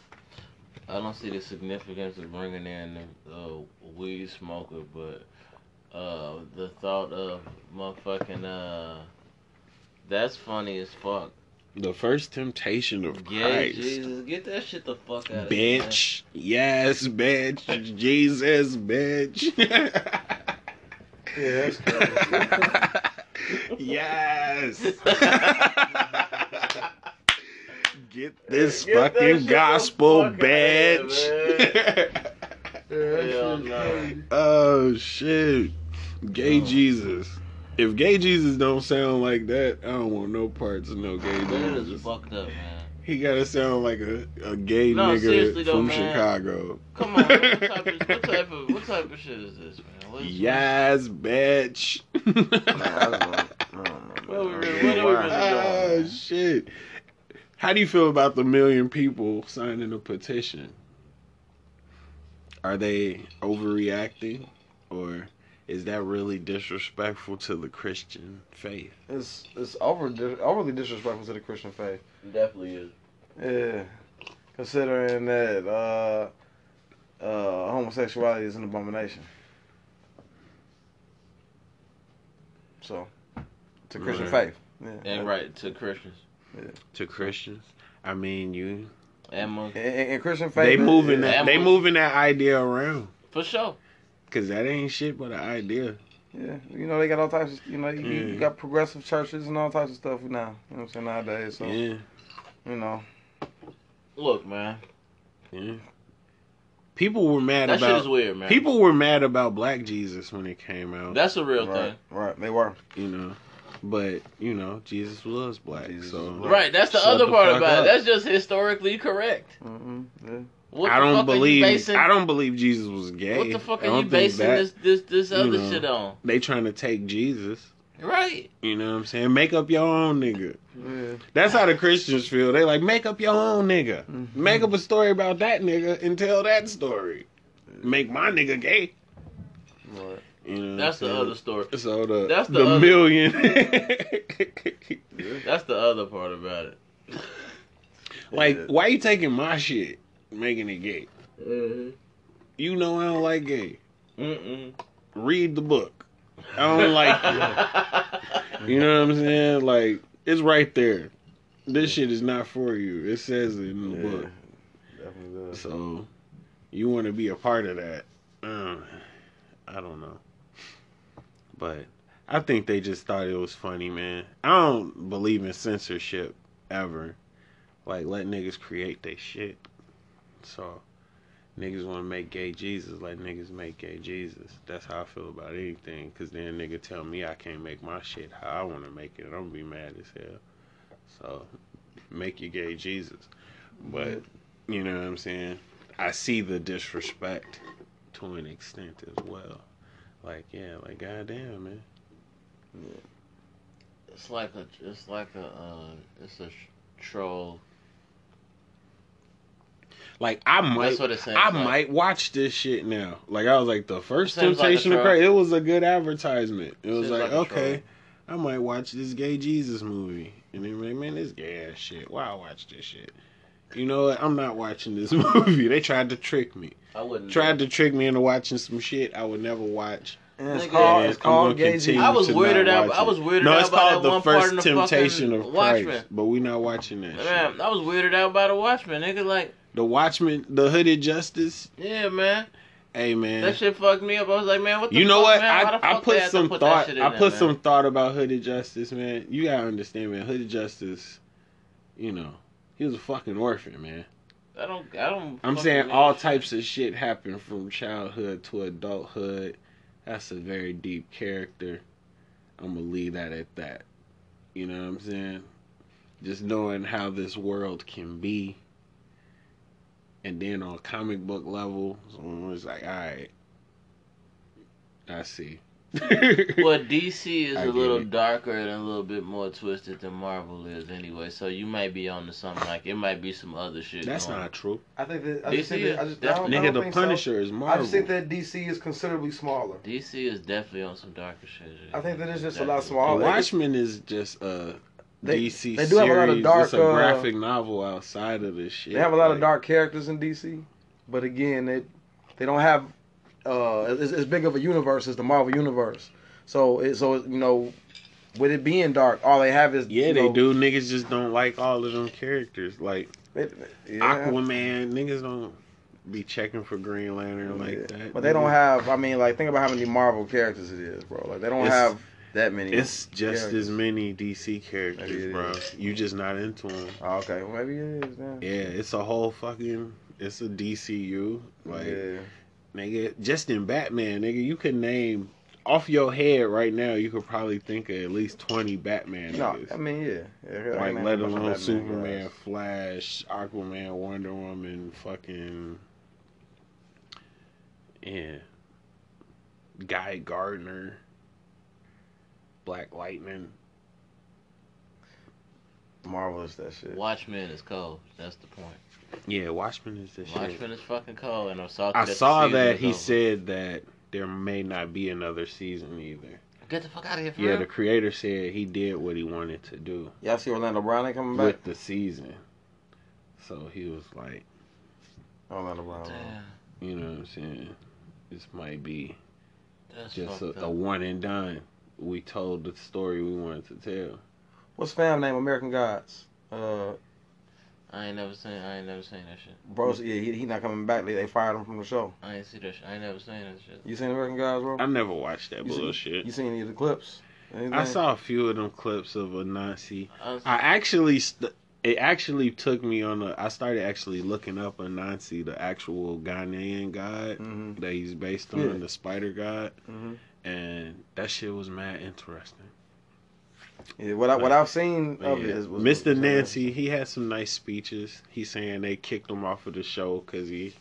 [SPEAKER 2] I don't see the significance of bringing in the uh, weed smoker, but uh, the thought of motherfucking uh, that's funny as fuck.
[SPEAKER 9] The first temptation of
[SPEAKER 2] Yeah,
[SPEAKER 9] Christ.
[SPEAKER 2] Jesus, get that shit the fuck out of here. man.
[SPEAKER 9] Bitch. Yes, bitch. Jesus, bitch.
[SPEAKER 8] Yes.
[SPEAKER 9] yes. Get this fucking
[SPEAKER 8] shit the
[SPEAKER 9] gospel,
[SPEAKER 8] fuck outta here,
[SPEAKER 9] bitch.
[SPEAKER 2] Hell no.
[SPEAKER 9] oh, shit. Gay Jesus. If gay Jesus don't sound like that, I don't want no parts of no gay
[SPEAKER 2] That
[SPEAKER 9] Jesus.
[SPEAKER 2] is fucked up, man.
[SPEAKER 9] He gotta sound like a, a gay
[SPEAKER 2] No, seriously
[SPEAKER 9] nigga
[SPEAKER 2] though,
[SPEAKER 9] from
[SPEAKER 2] man.
[SPEAKER 9] Chicago.
[SPEAKER 2] Come on, man. What type, of, what, type of, what type of shit is this, man? What is
[SPEAKER 9] Yes, bitch.
[SPEAKER 2] What are we really, what are we really doing?
[SPEAKER 9] oh shit. How do you feel about the million people signing a petition? Are they overreacting or is that really disrespectful to the Christian faith?
[SPEAKER 8] It's it's over overly disrespectful to the Christian faith.
[SPEAKER 2] Definitely is.
[SPEAKER 8] Yeah, considering that uh, uh, homosexuality is an abomination. So, to Christian
[SPEAKER 9] Right.
[SPEAKER 8] faith. Yeah.
[SPEAKER 2] And right to Christians.
[SPEAKER 9] To Christians? I mean, you
[SPEAKER 2] And Muslims.
[SPEAKER 8] And, and- and Christian faith.
[SPEAKER 9] they
[SPEAKER 8] is-
[SPEAKER 9] moving
[SPEAKER 8] is-
[SPEAKER 9] that they moving that idea around
[SPEAKER 2] For sure.
[SPEAKER 9] cuz that ain't shit but an idea.
[SPEAKER 8] Yeah, you know they got all types. Of, you know, you, you
[SPEAKER 9] Yeah.
[SPEAKER 8] got progressive churches and all types of stuff now. You know what I'm saying nowadays. So,
[SPEAKER 9] Yeah.
[SPEAKER 8] you know,
[SPEAKER 2] Look, man.
[SPEAKER 9] Yeah. People were mad
[SPEAKER 2] That shit
[SPEAKER 9] about
[SPEAKER 2] is weird, man.
[SPEAKER 9] People were mad about Black Jesus when it came out.
[SPEAKER 2] That's a real
[SPEAKER 8] right,
[SPEAKER 2] thing.
[SPEAKER 8] right. They were.
[SPEAKER 9] you know. But you know, Jesus was black. so
[SPEAKER 2] Right, that's the
[SPEAKER 9] shut
[SPEAKER 2] other part
[SPEAKER 9] fuck
[SPEAKER 2] about
[SPEAKER 9] up.
[SPEAKER 2] it. That's just historically correct.
[SPEAKER 8] Mm-hmm.
[SPEAKER 2] What
[SPEAKER 9] I
[SPEAKER 2] the
[SPEAKER 9] don't
[SPEAKER 2] fuck are you
[SPEAKER 9] believe.
[SPEAKER 2] basing-
[SPEAKER 9] I don't believe Jesus was gay.
[SPEAKER 2] What the fuck
[SPEAKER 9] I
[SPEAKER 2] are
[SPEAKER 9] don't
[SPEAKER 2] you
[SPEAKER 9] think
[SPEAKER 2] basing
[SPEAKER 9] that-
[SPEAKER 2] this this this
[SPEAKER 9] you
[SPEAKER 2] other
[SPEAKER 9] know,
[SPEAKER 2] shit on?
[SPEAKER 9] They trying to take Jesus.
[SPEAKER 2] Right.
[SPEAKER 9] You know what I'm saying? Make up your own nigga. That's how the Christians feel. They like make up your own nigga. Make up a story about that nigga and tell that story. Make my nigga gay. You know what
[SPEAKER 2] That's
[SPEAKER 9] I'm
[SPEAKER 2] the
[SPEAKER 9] saying?
[SPEAKER 2] other story.
[SPEAKER 9] So the
[SPEAKER 2] That's the
[SPEAKER 9] the,
[SPEAKER 2] other-
[SPEAKER 9] million.
[SPEAKER 2] That's the other part about it.
[SPEAKER 9] like, why you taking my shit, making it gay? You know I don't like gay.
[SPEAKER 2] Mm-mm.
[SPEAKER 9] Read the book. I don't like you. You know what I'm saying? Like it's right there. This shit is not for you. It says it in the book. So you want to be a part of that? Uh, I don't know, but I think they just thought it was funny, man. I don't believe in censorship ever. Like let niggas create their shit. So niggas want to make gay Jesus, let niggas make gay Jesus. That's how I feel about anything. Cause then nigga tell me I can't make my shit how I want to make it. I'm gonna be mad as hell. So make your gay Jesus. But you know what I'm saying? I see the disrespect to an extent as well. Like yeah, like goddamn man.
[SPEAKER 2] It's like a it's like a uh, it's a sh- troll.
[SPEAKER 9] Like I might,
[SPEAKER 2] That's what it sounds
[SPEAKER 9] I
[SPEAKER 2] like.
[SPEAKER 9] might watch this shit now. Like I was like the first
[SPEAKER 2] Seems like a
[SPEAKER 9] temptation of
[SPEAKER 2] troll.
[SPEAKER 9] Christ. It was a good advertisement. It was
[SPEAKER 2] Seems
[SPEAKER 9] like,
[SPEAKER 2] like a
[SPEAKER 9] okay, I might watch this gay Jesus movie, and then like, man, this gay ass shit. Why I watch this shit? You know what? I'm not watching this movie. They tried to trick me.
[SPEAKER 2] I wouldn't.
[SPEAKER 9] Tried to trick me into watching some shit I would never watch.
[SPEAKER 8] And it's
[SPEAKER 9] And
[SPEAKER 8] called- it's
[SPEAKER 9] I'm
[SPEAKER 8] called
[SPEAKER 9] gonna
[SPEAKER 8] gay
[SPEAKER 9] continue
[SPEAKER 8] Jesus. I was
[SPEAKER 9] to
[SPEAKER 8] weirded
[SPEAKER 9] not
[SPEAKER 8] out-
[SPEAKER 9] watch
[SPEAKER 8] I
[SPEAKER 9] it.
[SPEAKER 8] was weirded
[SPEAKER 9] No,
[SPEAKER 8] out
[SPEAKER 9] it's
[SPEAKER 2] by
[SPEAKER 9] called
[SPEAKER 2] that
[SPEAKER 9] the
[SPEAKER 2] one part
[SPEAKER 9] first
[SPEAKER 2] in the
[SPEAKER 9] temptation
[SPEAKER 2] fucking
[SPEAKER 9] of Christ,
[SPEAKER 2] Watchmen.
[SPEAKER 9] but we're not watching that. shit.
[SPEAKER 2] Man, I was weirded out by the Watchmen, nigga. Like,
[SPEAKER 9] The Watchmen, the Hooded Justice.
[SPEAKER 2] yeah, man,
[SPEAKER 9] Hey man,
[SPEAKER 2] that shit fucked me up. I was like, man, what the
[SPEAKER 9] you know
[SPEAKER 2] fuck,
[SPEAKER 9] what?
[SPEAKER 2] man? Why the
[SPEAKER 9] I, I
[SPEAKER 2] fuck they
[SPEAKER 9] put
[SPEAKER 2] had to
[SPEAKER 9] some
[SPEAKER 2] put that
[SPEAKER 9] thought.
[SPEAKER 2] shit in
[SPEAKER 9] I
[SPEAKER 2] there,
[SPEAKER 9] put
[SPEAKER 2] man?
[SPEAKER 9] some thought about Hooded Justice, man. You gotta understand, man. Hooded Justice, you know, he was a fucking orphan, man.
[SPEAKER 2] I don't. I don't.
[SPEAKER 9] I'm
[SPEAKER 2] fucking
[SPEAKER 9] saying
[SPEAKER 2] know.
[SPEAKER 9] all types of shit happen from childhood to adulthood. That's a very deep character. I'm gonna leave that at that. You know what I'm saying? Just knowing how this world can be. And then on comic book level, someone was like, all right, I see.
[SPEAKER 2] well, DC is
[SPEAKER 9] I
[SPEAKER 2] a
[SPEAKER 9] get
[SPEAKER 2] little
[SPEAKER 9] it.
[SPEAKER 2] darker and a little bit more twisted than Marvel is, anyway. So you might be on to something like it might be some other shit.
[SPEAKER 9] That's
[SPEAKER 2] going.
[SPEAKER 9] not true.
[SPEAKER 8] I think that I
[SPEAKER 2] DC
[SPEAKER 8] just think that, I
[SPEAKER 2] is
[SPEAKER 8] just, I don't, I
[SPEAKER 9] Nigga,
[SPEAKER 8] don't
[SPEAKER 9] the
[SPEAKER 8] think
[SPEAKER 9] Punisher
[SPEAKER 8] so.
[SPEAKER 9] is
[SPEAKER 8] I
[SPEAKER 9] Marvel.
[SPEAKER 8] just think that DC is considerably smaller.
[SPEAKER 2] DC is definitely on some darker shit.
[SPEAKER 8] I think that it's just a
[SPEAKER 2] Definitely.
[SPEAKER 8] lot
[SPEAKER 9] And
[SPEAKER 8] smaller.
[SPEAKER 9] Watchmen is just a
[SPEAKER 8] They-
[SPEAKER 9] DC
[SPEAKER 8] they do have a lot of
[SPEAKER 9] series.
[SPEAKER 8] dark,
[SPEAKER 9] it's a
[SPEAKER 8] uh,
[SPEAKER 9] graphic novel outside of this shit.
[SPEAKER 8] They have a lot
[SPEAKER 9] Like,
[SPEAKER 8] of dark characters in DC, but again, it they don't have uh, as, as big of a universe as the Marvel universe. So, it, so you know, with it being dark, all they have is
[SPEAKER 9] Yeah,
[SPEAKER 8] you
[SPEAKER 9] they
[SPEAKER 8] know,
[SPEAKER 9] do. Niggas just don't like all of them characters. Like
[SPEAKER 8] They, yeah.
[SPEAKER 9] Aquaman, niggas don't be checking for Green Lantern like that.
[SPEAKER 8] but they don't
[SPEAKER 9] nigga.
[SPEAKER 8] have. I mean, like think about how many Marvel characters it is, bro. Like they don't
[SPEAKER 9] It's-
[SPEAKER 8] have that many.
[SPEAKER 9] It's just as
[SPEAKER 8] characters.
[SPEAKER 9] many DC characters, bro. You just not into them.
[SPEAKER 8] Oh, okay, well maybe it is. Yeah.
[SPEAKER 9] Yeah, it's a whole fucking. It's a DCU. Like,
[SPEAKER 8] Yeah.
[SPEAKER 9] nigga, just in Batman, nigga, you can name off your head right now. You could probably think of at least twenty Batman.
[SPEAKER 8] No,
[SPEAKER 9] niggas.
[SPEAKER 8] I mean yeah. yeah I
[SPEAKER 9] like
[SPEAKER 8] mean,
[SPEAKER 9] let
[SPEAKER 8] a bunch of
[SPEAKER 9] alone
[SPEAKER 8] Batman
[SPEAKER 9] Superman,
[SPEAKER 8] guys.
[SPEAKER 9] Flash, Aquaman, Wonder Woman, fucking yeah, Guy Gardner, Black Lightning.
[SPEAKER 8] Marvelous that shit.
[SPEAKER 2] Watchmen is cold. That's the point.
[SPEAKER 9] Yeah, Watchmen is this shit.
[SPEAKER 2] Watchmen is fucking cold, and I'm salty.
[SPEAKER 9] I
[SPEAKER 2] the
[SPEAKER 9] saw
[SPEAKER 2] season
[SPEAKER 9] that
[SPEAKER 2] is
[SPEAKER 9] he
[SPEAKER 2] over.
[SPEAKER 9] said that there may not be another season either.
[SPEAKER 2] "Get the fuck out of here." For
[SPEAKER 9] Yeah,
[SPEAKER 2] real.
[SPEAKER 9] the creator said he did what he wanted to do
[SPEAKER 8] Y'all see Orlando Brown ain't coming back?
[SPEAKER 9] with the season. So he was like,
[SPEAKER 8] Orlando Brown.
[SPEAKER 2] Damn,
[SPEAKER 9] you know what I'm saying? This might be
[SPEAKER 2] that's
[SPEAKER 9] just
[SPEAKER 2] fucked
[SPEAKER 9] a, a
[SPEAKER 2] up.
[SPEAKER 9] one and done. We told the story we wanted to tell.
[SPEAKER 8] What's fam name? American Gods. Uh,
[SPEAKER 2] I ain't never seen. I ain't never seen that shit.
[SPEAKER 8] bro,
[SPEAKER 9] Mm.
[SPEAKER 8] yeah, he, he not coming back. They, they fired him from the show.
[SPEAKER 2] I ain't see that shit. I ain't never seen that shit.
[SPEAKER 8] You seen American Gods, bro?
[SPEAKER 9] I never watched that
[SPEAKER 8] You seen-
[SPEAKER 9] bullshit.
[SPEAKER 8] You seen any of the clips? Anything?
[SPEAKER 9] I saw a few of them clips of a Nazi.
[SPEAKER 2] I was-
[SPEAKER 9] I actually, st- it actually took me on a. I started actually looking up Anansi, the actual Ghanaian god
[SPEAKER 8] Mhm.
[SPEAKER 9] that he's based on,
[SPEAKER 8] Yeah.
[SPEAKER 9] the spider god,
[SPEAKER 8] Mhm.
[SPEAKER 9] and that shit was mad interesting.
[SPEAKER 8] Yeah, what I, what I've seen of
[SPEAKER 9] Yeah.
[SPEAKER 8] it is was
[SPEAKER 9] Mr. Nancy, he had some nice speeches. He's saying they kicked him off of the show because he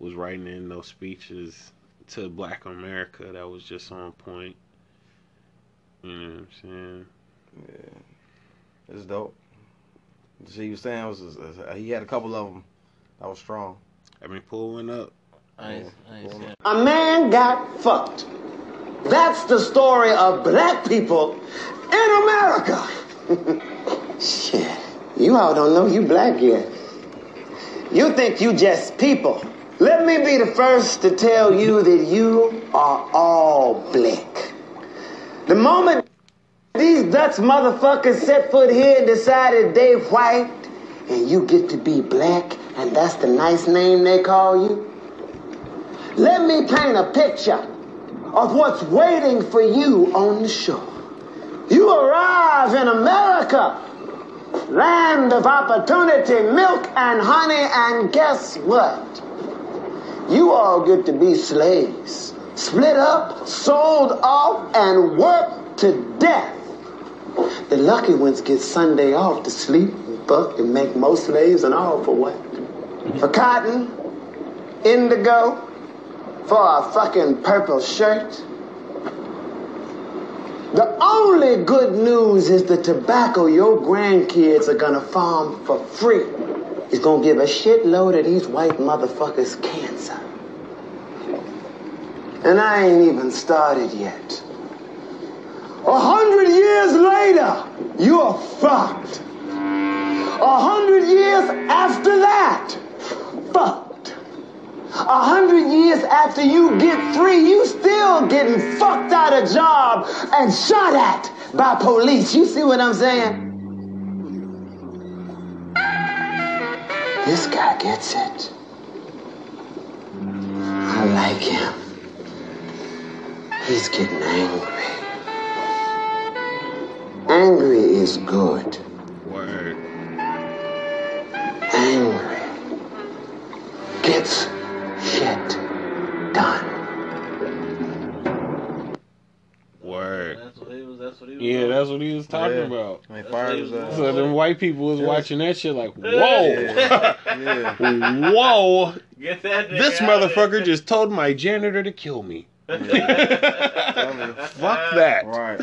[SPEAKER 9] was writing in those speeches to Black America that was just on point. You know what I'm
[SPEAKER 8] saying? Yeah, it's dope. She was saying was, was- he had a couple of them that was strong.
[SPEAKER 9] I mean, pull one up.
[SPEAKER 11] A man got fucked. That's the story of black people in America. Shit, you all don't know you black yet. You think you just people. Let me be the first to tell you that you are all black. The moment these Dutch motherfuckers set foot here and decided they white, and you get to be black, and that's the nice name they call you. Let me paint a picture of what's waiting for you on the shore. You arrive in America, land of opportunity, milk and honey, and guess what? You all get to be slaves, split up, sold off, and worked to death. The lucky ones get Sunday off to sleep and fuck and make more slaves and all for what? For cotton, indigo, for a fucking purple shirt. The only good news is the tobacco your grandkids are gonna farm for free is gonna give a shitload of these white motherfuckers cancer. And I ain't even started yet. A hundred years later, you're fucked. A hundred years after that, fucked. A hundred years after you get free, you still getting fucked out of job and shot at by police. You see what I'm saying? This guy gets it. I like him. He's getting angry. Angry is good.
[SPEAKER 9] Word.
[SPEAKER 11] Angry gets shit done.
[SPEAKER 9] Word.
[SPEAKER 2] That's what he was. That's what he was.
[SPEAKER 9] Yeah, that's what he was talking
[SPEAKER 2] Yeah.
[SPEAKER 9] about.
[SPEAKER 2] They fired his ass.
[SPEAKER 9] So them white people was watching that shit like, whoa,
[SPEAKER 2] Yeah.
[SPEAKER 9] whoa,
[SPEAKER 2] Get that nigga
[SPEAKER 9] this
[SPEAKER 2] out of
[SPEAKER 9] motherfucker just told my janitor to kill me. Fuck that. Right.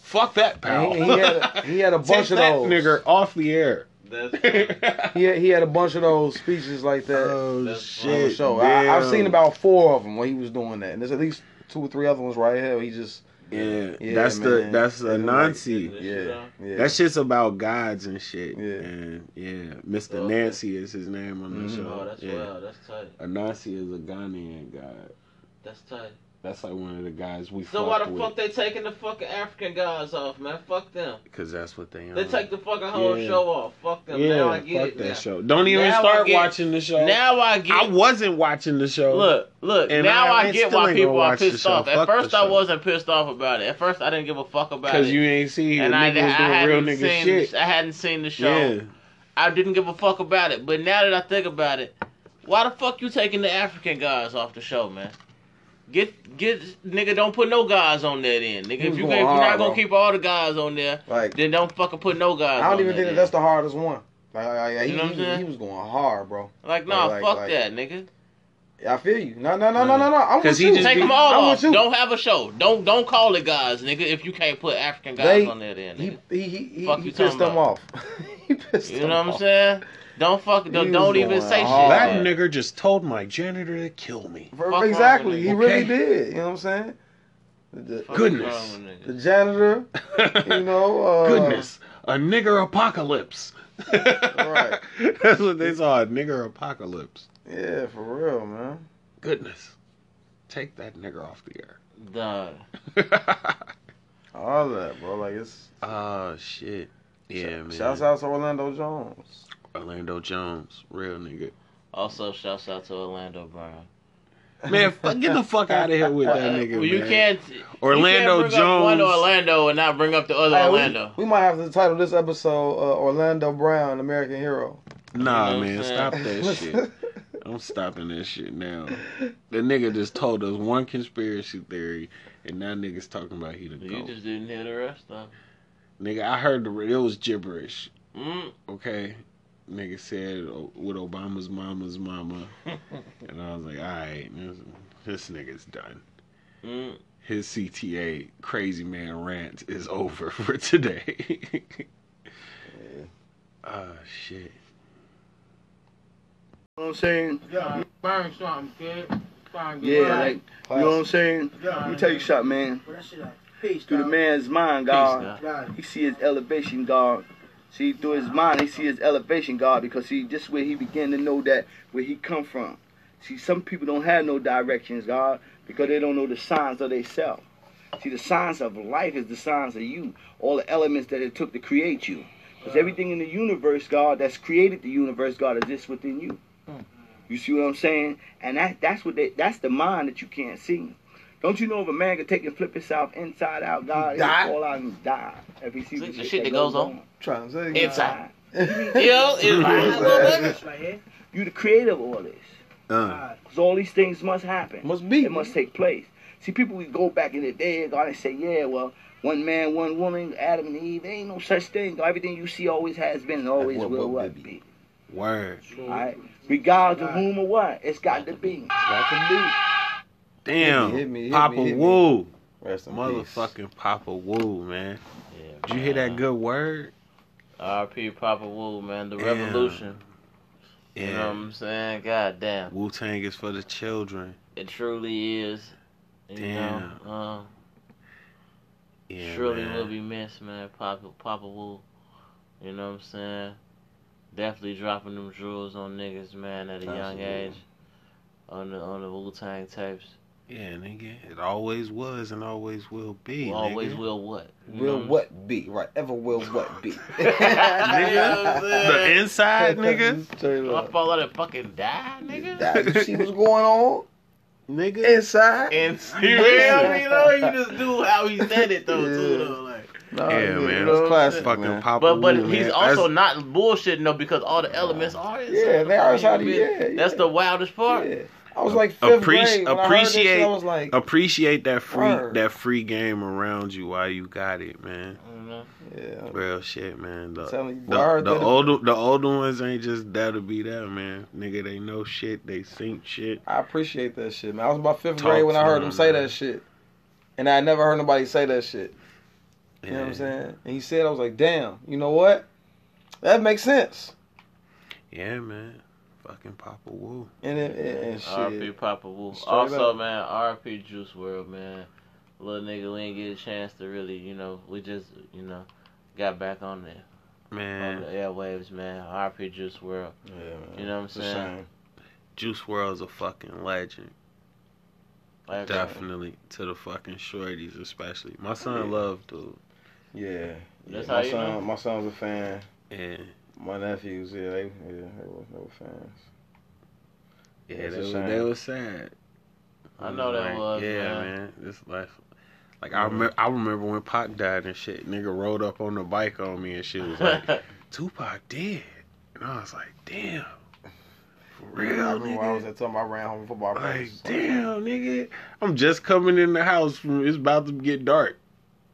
[SPEAKER 9] Fuck that, pal.
[SPEAKER 8] He- he had a- he had a bunch
[SPEAKER 9] Take
[SPEAKER 8] of
[SPEAKER 9] that
[SPEAKER 8] those.
[SPEAKER 9] nigga off the air.
[SPEAKER 8] he had, he had a bunch of those speeches like that.
[SPEAKER 9] Oh
[SPEAKER 8] On the
[SPEAKER 9] shit,
[SPEAKER 8] show. I, I've
[SPEAKER 9] damn.
[SPEAKER 8] seen about four of them when he was doing that, and there's at least two or three other ones right here. He just
[SPEAKER 9] Yeah, that's the
[SPEAKER 8] man.
[SPEAKER 9] that's the
[SPEAKER 8] And then, like,
[SPEAKER 9] Nancy.
[SPEAKER 8] yeah, yeah.
[SPEAKER 9] That shit's about gods and shit. Yeah. And yeah, Mr. Nancy is his name on the
[SPEAKER 2] Mhm.
[SPEAKER 9] show.
[SPEAKER 2] Oh, that's
[SPEAKER 9] yeah.
[SPEAKER 2] wild. That's tight.
[SPEAKER 9] Anansi is a Ghanaian god.
[SPEAKER 2] That's tight.
[SPEAKER 9] That's like one of the guys we
[SPEAKER 2] So
[SPEAKER 9] fuck
[SPEAKER 2] why the
[SPEAKER 9] with.
[SPEAKER 2] fuck they taking the fucking African guys off, man? Fuck them.
[SPEAKER 9] Cause that's what they.
[SPEAKER 2] They
[SPEAKER 9] are.
[SPEAKER 2] take the fucking whole
[SPEAKER 9] Uh-huh. Yeah.
[SPEAKER 2] show off. Fuck them.
[SPEAKER 9] Yeah,
[SPEAKER 2] now I get
[SPEAKER 9] fuck
[SPEAKER 2] it
[SPEAKER 9] that
[SPEAKER 2] now.
[SPEAKER 9] show. Don't even
[SPEAKER 2] Now I
[SPEAKER 9] start
[SPEAKER 2] get-
[SPEAKER 9] watching the show.
[SPEAKER 2] Now I get.
[SPEAKER 9] I wasn't watching the show.
[SPEAKER 2] Look, look.
[SPEAKER 9] And
[SPEAKER 2] now I,
[SPEAKER 9] ain't-
[SPEAKER 2] get
[SPEAKER 9] still
[SPEAKER 2] why
[SPEAKER 9] ain't
[SPEAKER 2] people
[SPEAKER 9] gonna
[SPEAKER 2] are
[SPEAKER 9] watch the
[SPEAKER 2] pissed
[SPEAKER 9] show.
[SPEAKER 2] off. At
[SPEAKER 9] Fuck the
[SPEAKER 2] first, I
[SPEAKER 9] show.
[SPEAKER 2] wasn't pissed off about it. At first, I didn't give a fuck about it.
[SPEAKER 9] Cause you ain't see
[SPEAKER 2] and I,
[SPEAKER 9] nigga was doing
[SPEAKER 2] I
[SPEAKER 9] real
[SPEAKER 2] hadn't
[SPEAKER 9] nigga
[SPEAKER 2] seen,
[SPEAKER 9] shit.
[SPEAKER 2] I hadn't seen the show.
[SPEAKER 9] Yeah.
[SPEAKER 2] I didn't give a fuck about it. But now that I think about it, why the fuck you taking the African guys off the show, man? Get get nigga, don't put no guys on there then. Nigga,
[SPEAKER 8] He
[SPEAKER 2] if
[SPEAKER 8] was
[SPEAKER 2] you
[SPEAKER 8] going
[SPEAKER 2] if you're not
[SPEAKER 8] hard,
[SPEAKER 2] gonna
[SPEAKER 8] bro.
[SPEAKER 2] keep all the guys on there,
[SPEAKER 8] Like-
[SPEAKER 2] then don't fucking put no guys.
[SPEAKER 8] I
[SPEAKER 2] on
[SPEAKER 8] don't even
[SPEAKER 2] there
[SPEAKER 8] think that
[SPEAKER 2] then.
[SPEAKER 8] that's the hardest one. Like, I- I-
[SPEAKER 2] You
[SPEAKER 8] he,
[SPEAKER 2] know what I'm
[SPEAKER 8] he-
[SPEAKER 2] saying?
[SPEAKER 8] he was going hard, bro.
[SPEAKER 2] Like, nah,
[SPEAKER 8] Like, like,
[SPEAKER 2] fuck
[SPEAKER 8] like-
[SPEAKER 2] that, nigga.
[SPEAKER 8] I feel you. No, no, no, no, no, no. I'm with you.
[SPEAKER 2] take them all
[SPEAKER 8] I'm
[SPEAKER 2] off.
[SPEAKER 8] with you.
[SPEAKER 2] Don't have a show. Don't don't call it guys, nigga. If you can't put African guys
[SPEAKER 8] They-
[SPEAKER 2] on there, then nigga.
[SPEAKER 8] He, he, he,
[SPEAKER 2] Fuck
[SPEAKER 8] he
[SPEAKER 2] you talking
[SPEAKER 8] pissed them
[SPEAKER 2] about?
[SPEAKER 8] off. he pissed
[SPEAKER 2] You
[SPEAKER 8] them
[SPEAKER 2] know what I'm
[SPEAKER 8] off.
[SPEAKER 2] saying? Don't fuck. Don't,
[SPEAKER 8] was
[SPEAKER 2] don't even
[SPEAKER 8] going
[SPEAKER 2] say
[SPEAKER 8] hard.
[SPEAKER 2] shit.
[SPEAKER 9] That nigger just told my janitor to kill me.
[SPEAKER 8] For-
[SPEAKER 2] wrong with
[SPEAKER 8] exactly. He
[SPEAKER 9] niggas.
[SPEAKER 8] really
[SPEAKER 9] Okay.
[SPEAKER 8] did. You know what I'm saying? The,
[SPEAKER 9] Fuck Goodness. wrong
[SPEAKER 8] The janitor. you know. Uh,
[SPEAKER 9] Goodness, a nigger apocalypse. right. That's what they saw. A nigger apocalypse.
[SPEAKER 8] Yeah, for real, man.
[SPEAKER 9] Goodness, take that nigger off the air.
[SPEAKER 2] Duh.
[SPEAKER 8] All that, bro. Like it's.
[SPEAKER 9] Oh shit. Yeah, man.
[SPEAKER 8] Shouts out to Orlando Jones.
[SPEAKER 9] Orlando Jones, real nigga.
[SPEAKER 2] Also, shouts out to Orlando Brown.
[SPEAKER 9] Man, fuck, get the fuck out of here with that nigga.
[SPEAKER 2] Well, you
[SPEAKER 9] man.
[SPEAKER 2] can't.
[SPEAKER 9] Orlando
[SPEAKER 2] you can't bring Up one
[SPEAKER 9] Jones.
[SPEAKER 2] Orlando and not bring up the other
[SPEAKER 8] Hey, we-
[SPEAKER 2] Orlando.
[SPEAKER 8] We, might have to title this episode uh, Orlando Brown, American Hero.
[SPEAKER 9] Nah,
[SPEAKER 8] You know what
[SPEAKER 9] man,
[SPEAKER 8] I'm
[SPEAKER 9] stop
[SPEAKER 8] saying?
[SPEAKER 9] that shit. I'm stopping that shit now. The nigga just told us one conspiracy theory, and now niggas talking about he the
[SPEAKER 2] You
[SPEAKER 9] goat.
[SPEAKER 2] just didn't hear the rest of. it.
[SPEAKER 9] Nigga, I heard the, it was gibberish.
[SPEAKER 2] Mm,
[SPEAKER 9] Okay. Nigga said "Oh, with Obama's mama's mama. and I was like, all right, this, this nigga's done.
[SPEAKER 2] Mm.
[SPEAKER 9] His CTA crazy man rant is over for today. Oh, shit.
[SPEAKER 11] know what I'm saying?
[SPEAKER 2] Yeah, burn something, kid. Burn
[SPEAKER 11] Yeah,
[SPEAKER 2] your mind.
[SPEAKER 11] like, you know what I'm saying? You take a shot, man. Through the man's mind,
[SPEAKER 2] Uh,
[SPEAKER 11] God. He see his elevation, God. See, through his mind, he see his elevation, God, because see, this where he began to know that where he come from. See, some people don't have no directions, God, because they don't know the signs of themselves. See, the signs of life is the signs of you, all the elements that it took to create you. Because everything in the universe, God, that's created the universe, God, exists within you. You see what I'm saying? And that that's what they, that's the mind that you can't see. Don't you know if a man could take and flip himself inside out, God, he'll
[SPEAKER 2] Die?
[SPEAKER 11] fall out and die. Every see
[SPEAKER 2] the shit that goes on.
[SPEAKER 11] Trying to
[SPEAKER 2] Inside. Yo, it's
[SPEAKER 11] You the creator of all this. Because all these things must happen. Must be. It must take place. See, people we go back in the day, God, and say, yeah, well, one man, one woman, Adam and Eve, there ain't no such thing. God, everything you see always has been and always
[SPEAKER 9] What-
[SPEAKER 11] will
[SPEAKER 9] what
[SPEAKER 11] what be.
[SPEAKER 9] Word.
[SPEAKER 11] All right? Regardless of whom or what, it's got to be. got to be.
[SPEAKER 9] Damn.
[SPEAKER 11] Hit me, hit me,
[SPEAKER 9] Papa
[SPEAKER 11] hit me.
[SPEAKER 9] Woo.
[SPEAKER 8] Rest in
[SPEAKER 9] Motherfucking Papa Woo, man. Did you hear that good word?
[SPEAKER 2] R.P. Papa Wu, man. The
[SPEAKER 9] Yeah.
[SPEAKER 2] revolution. You know
[SPEAKER 9] Yeah.
[SPEAKER 2] what I'm saying? God damn.
[SPEAKER 9] Wu Tang is for the children.
[SPEAKER 2] It truly is. You
[SPEAKER 9] Damn.
[SPEAKER 2] Know, um,
[SPEAKER 9] Yeah,
[SPEAKER 2] surely
[SPEAKER 9] man.
[SPEAKER 2] will be missed, man. Papa, Papa Wu. You know what I'm saying? Definitely dropping them jewels on niggas, man, at a young
[SPEAKER 9] Absolutely.
[SPEAKER 2] age. On the on the Wu Tang tapes.
[SPEAKER 9] Yeah, nigga. It always was and always will be.
[SPEAKER 2] Always
[SPEAKER 9] nigga.
[SPEAKER 2] will what? You
[SPEAKER 9] Will
[SPEAKER 2] know
[SPEAKER 9] what
[SPEAKER 8] be? Right. Ever will what be?
[SPEAKER 9] nigga, the inside, nigga.
[SPEAKER 2] I fall out and fucking die, nigga.
[SPEAKER 8] You see what's going on?
[SPEAKER 9] Nigga.
[SPEAKER 8] Inside.
[SPEAKER 2] Inside. You feel me though? You just do how he said it though, too
[SPEAKER 8] Yeah.
[SPEAKER 2] though. Like,
[SPEAKER 8] Nah,
[SPEAKER 9] yeah,
[SPEAKER 8] nigga,
[SPEAKER 9] man.
[SPEAKER 8] That's classic,
[SPEAKER 9] Fucking
[SPEAKER 8] man.
[SPEAKER 9] Papa
[SPEAKER 2] but but
[SPEAKER 9] Wu,
[SPEAKER 2] he's
[SPEAKER 9] man.
[SPEAKER 2] also
[SPEAKER 9] That's-
[SPEAKER 2] not bullshitting though because all the elements are inside.
[SPEAKER 8] Yeah, they are inside of you,
[SPEAKER 2] That's
[SPEAKER 8] yeah,
[SPEAKER 2] That's the wildest part.
[SPEAKER 8] I was like fifth
[SPEAKER 9] Appreci-
[SPEAKER 8] grade when I heard this shit,
[SPEAKER 9] appreciate,
[SPEAKER 8] I was like,
[SPEAKER 9] appreciate that free
[SPEAKER 8] Word.
[SPEAKER 9] that free game around you while you got it, man.
[SPEAKER 8] Yeah.
[SPEAKER 9] Real shit, man. The,
[SPEAKER 8] Telling you,
[SPEAKER 9] the,
[SPEAKER 8] word
[SPEAKER 9] the
[SPEAKER 8] that-
[SPEAKER 9] older the older ones ain't just that to be that, man. Nigga, they know shit, they think shit.
[SPEAKER 8] I appreciate that shit, man. I was about fifth
[SPEAKER 9] Talk
[SPEAKER 8] grade when I
[SPEAKER 9] to
[SPEAKER 8] heard
[SPEAKER 9] him,
[SPEAKER 8] him say
[SPEAKER 9] man.
[SPEAKER 8] that shit, and I never heard nobody say that shit. You know what
[SPEAKER 9] Yeah.
[SPEAKER 8] I'm saying? And he said, I was like, damn. You know what? That makes sense.
[SPEAKER 9] Yeah, man. Fucking Papa Woo.
[SPEAKER 8] And it, and, and
[SPEAKER 2] R.P.
[SPEAKER 8] shit.
[SPEAKER 2] Papa Wu.
[SPEAKER 8] Straight
[SPEAKER 2] Also,
[SPEAKER 8] up.
[SPEAKER 2] man, R.P. Juice World, man. Little nigga, we ain't get a chance to really, you know, we just, you know, got back on the on
[SPEAKER 9] Man.
[SPEAKER 2] the airwaves, man. R.P. Juice World.
[SPEAKER 8] Yeah, man.
[SPEAKER 2] You know what I'm
[SPEAKER 9] It's a
[SPEAKER 2] saying?
[SPEAKER 9] shame. Juice World's a fucking legend.
[SPEAKER 2] Like,
[SPEAKER 9] Definitely. To the fucking shorties especially. My son
[SPEAKER 8] Yeah.
[SPEAKER 9] love dude.
[SPEAKER 8] Yeah.
[SPEAKER 2] That's how
[SPEAKER 8] yeah. my
[SPEAKER 2] you
[SPEAKER 8] son,
[SPEAKER 2] know?
[SPEAKER 8] my son's a fan.
[SPEAKER 9] Yeah.
[SPEAKER 8] My nephews, yeah, they, yeah, they were, they were fans.
[SPEAKER 9] Yeah,
[SPEAKER 8] It's
[SPEAKER 9] they
[SPEAKER 8] a
[SPEAKER 9] was,
[SPEAKER 8] shame.
[SPEAKER 9] they was sad.
[SPEAKER 2] I know that
[SPEAKER 9] Like,
[SPEAKER 2] was,
[SPEAKER 9] Yeah,
[SPEAKER 2] man.
[SPEAKER 9] This life. Like I remember, I remember when Pac died and shit. Nigga rolled up on the bike on me and shit was like, Tupac dead. And I was like, damn. For real,
[SPEAKER 8] I remember when I
[SPEAKER 9] nigga?
[SPEAKER 8] was at time I ran home from football
[SPEAKER 9] Like,
[SPEAKER 8] practice.
[SPEAKER 9] damn, nigga. I'm just coming in the house. From, it's about to get dark.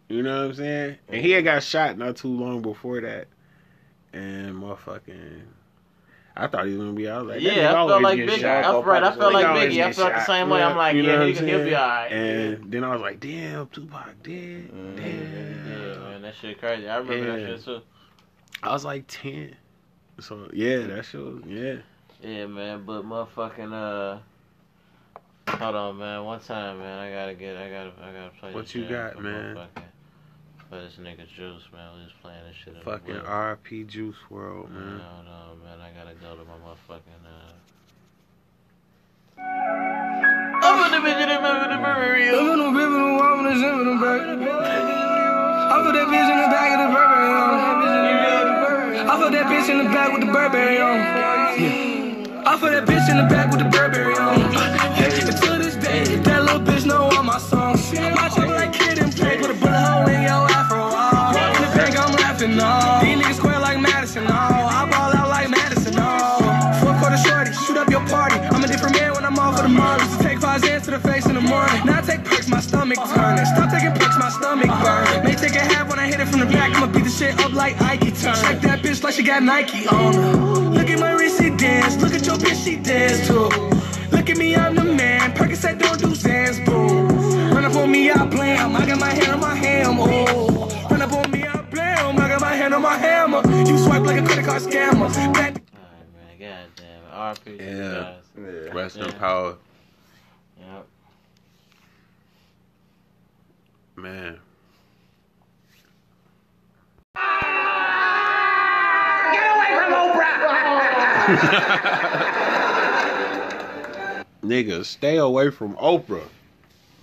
[SPEAKER 9] You know what I'm saying? And he had got shot not too long before that. And motherfucking. I thought he was gonna be. I was like, that
[SPEAKER 2] Yeah, I
[SPEAKER 9] nigga
[SPEAKER 2] felt
[SPEAKER 9] always
[SPEAKER 2] like
[SPEAKER 9] get
[SPEAKER 2] Biggie.
[SPEAKER 9] shot.
[SPEAKER 2] I felt right, I felt like
[SPEAKER 9] Nigga always
[SPEAKER 2] Biggie. I
[SPEAKER 9] get
[SPEAKER 2] felt the
[SPEAKER 9] shot.
[SPEAKER 2] same way. I'm like,
[SPEAKER 9] You know
[SPEAKER 2] yeah,
[SPEAKER 9] what
[SPEAKER 2] he-
[SPEAKER 9] I'm
[SPEAKER 2] he'll be
[SPEAKER 9] saying?
[SPEAKER 2] alright. Mm,
[SPEAKER 9] And then I was like, damn, Tupac dead. Damn.
[SPEAKER 2] Yeah, man, that shit crazy. I remember that
[SPEAKER 9] Yeah.
[SPEAKER 2] shit too.
[SPEAKER 9] I was like ten. So yeah, that shit was yeah.
[SPEAKER 2] Yeah, man, but motherfucking uh, hold on, man. One time, man, I gotta get, I gotta, I gotta play.
[SPEAKER 9] What
[SPEAKER 2] this
[SPEAKER 9] you
[SPEAKER 2] jam
[SPEAKER 9] got,
[SPEAKER 2] for
[SPEAKER 9] man?
[SPEAKER 2] motherfucking- For this nigga Juice, man, we was playing this shit. in the
[SPEAKER 9] Fucking
[SPEAKER 2] whip.
[SPEAKER 9] R.P. Juice World,
[SPEAKER 2] Man,
[SPEAKER 9] man.
[SPEAKER 2] hold on, man, I gotta go to my motherfucking uh.
[SPEAKER 14] I'm in the bitch in the back of the Burberry. I'm in the bitch in the woman that's in the back. I put that bitch in the back of the Burberry on. I put that bitch in the back with the Burberry on. Yeah. I put that bitch in the back with the Burberry on. And to this day, that little bitch know all my songs. My trouble like kid and play with a bullet hole in your afro. Oh, in the bank, I'm laughing. Oh, these niggas square like Madison. Oh, I ball out like Madison. Oh, four quarter shorty, shoot up your party. I'm a different man when I'm off of the Mollies. Take five hands to the face in the morning. Now I take perks, my stomach turning. Stop taking perks, my stomach burn. May take a half when I hit it from the back. I'm
[SPEAKER 11] I beat the shit up like Ike turn. Check that bitch like she got Nike on her. Look at my wrist, she dance. Look at your bitch, she dance too. Look at me, I'm the man. Percocet don't do Zans, boo. Run up on me, I blam. I got my hand on my ham, oh. Run up on me, I blam. I got my hand on my hammer. You swipe like a credit card scammer. That
[SPEAKER 2] RP.
[SPEAKER 9] Yeah.
[SPEAKER 2] guys.
[SPEAKER 9] Rest in
[SPEAKER 2] Yeah.
[SPEAKER 9] power.
[SPEAKER 2] Yep.
[SPEAKER 9] Man. Nigga, stay away from Oprah.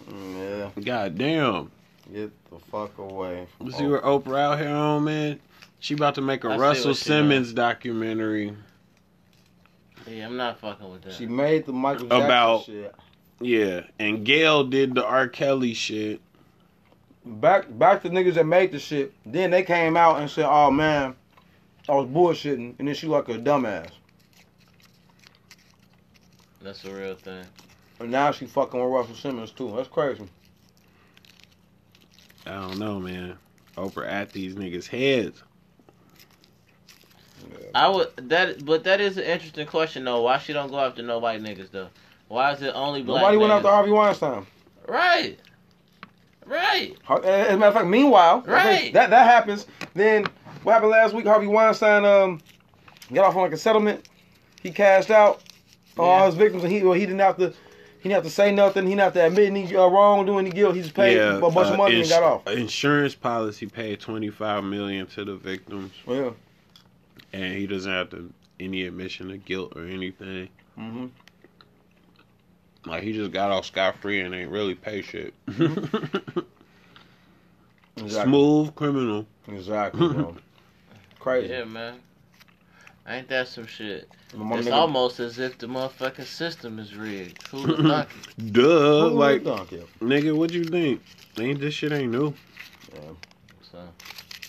[SPEAKER 8] Yeah.
[SPEAKER 9] God damn.
[SPEAKER 8] Get the fuck away. Oh,
[SPEAKER 9] You see what Oprah out here on, man? She about to make a
[SPEAKER 2] I see
[SPEAKER 9] Russell
[SPEAKER 2] what she
[SPEAKER 9] Simmons documentary
[SPEAKER 2] Yeah, I'm not fucking with that.
[SPEAKER 8] She made the Michael Jackson
[SPEAKER 9] about
[SPEAKER 8] shit.
[SPEAKER 9] yeah, and Gail did the R. Kelly shit.
[SPEAKER 8] Back back to niggas that made the shit. Then they came out and said, "Oh man, I was bullshitting," and then she like a dumbass.
[SPEAKER 2] That's the real thing.
[SPEAKER 8] And now she fucking with Russell Simmons too. That's crazy.
[SPEAKER 9] I don't know, man. Oprah at these niggas' heads.
[SPEAKER 2] I would that, but that is an interesting question though. Why she don't go after no white niggas though? Why is it only black?
[SPEAKER 8] Nobody
[SPEAKER 2] niggas?
[SPEAKER 8] went after Harvey Weinstein.
[SPEAKER 2] Right. Right.
[SPEAKER 8] Har- eh, As a matter of fact, meanwhile,
[SPEAKER 2] Right.
[SPEAKER 8] that that happens. Then what happened last week? Harvey Weinstein um got off on like a settlement. He cashed out on all his victims, and he well, he didn't have to he didn't have to say nothing. He didn't have to admit any uh, wrongdoing, any guilt. He just paid a bunch
[SPEAKER 9] uh,
[SPEAKER 8] of money
[SPEAKER 9] ins-
[SPEAKER 8] and got off.
[SPEAKER 9] Insurance policy paid twenty five million to the victims.
[SPEAKER 8] Yeah.
[SPEAKER 9] And he doesn't have to any admission of guilt or anything.
[SPEAKER 8] Mm-hmm.
[SPEAKER 9] Like he just got off scot free and ain't really pay shit. Smooth criminal.
[SPEAKER 8] Exactly. bro. Crazy.
[SPEAKER 2] Yeah, man. Ain't that some shit?
[SPEAKER 8] My
[SPEAKER 2] It's
[SPEAKER 8] nigga-
[SPEAKER 2] almost as if the motherfucking system is rigged. Who the fuck?
[SPEAKER 9] Duh,
[SPEAKER 2] Who
[SPEAKER 9] like
[SPEAKER 2] would've
[SPEAKER 9] nigga, what you think? Ain't this shit ain't new?
[SPEAKER 2] So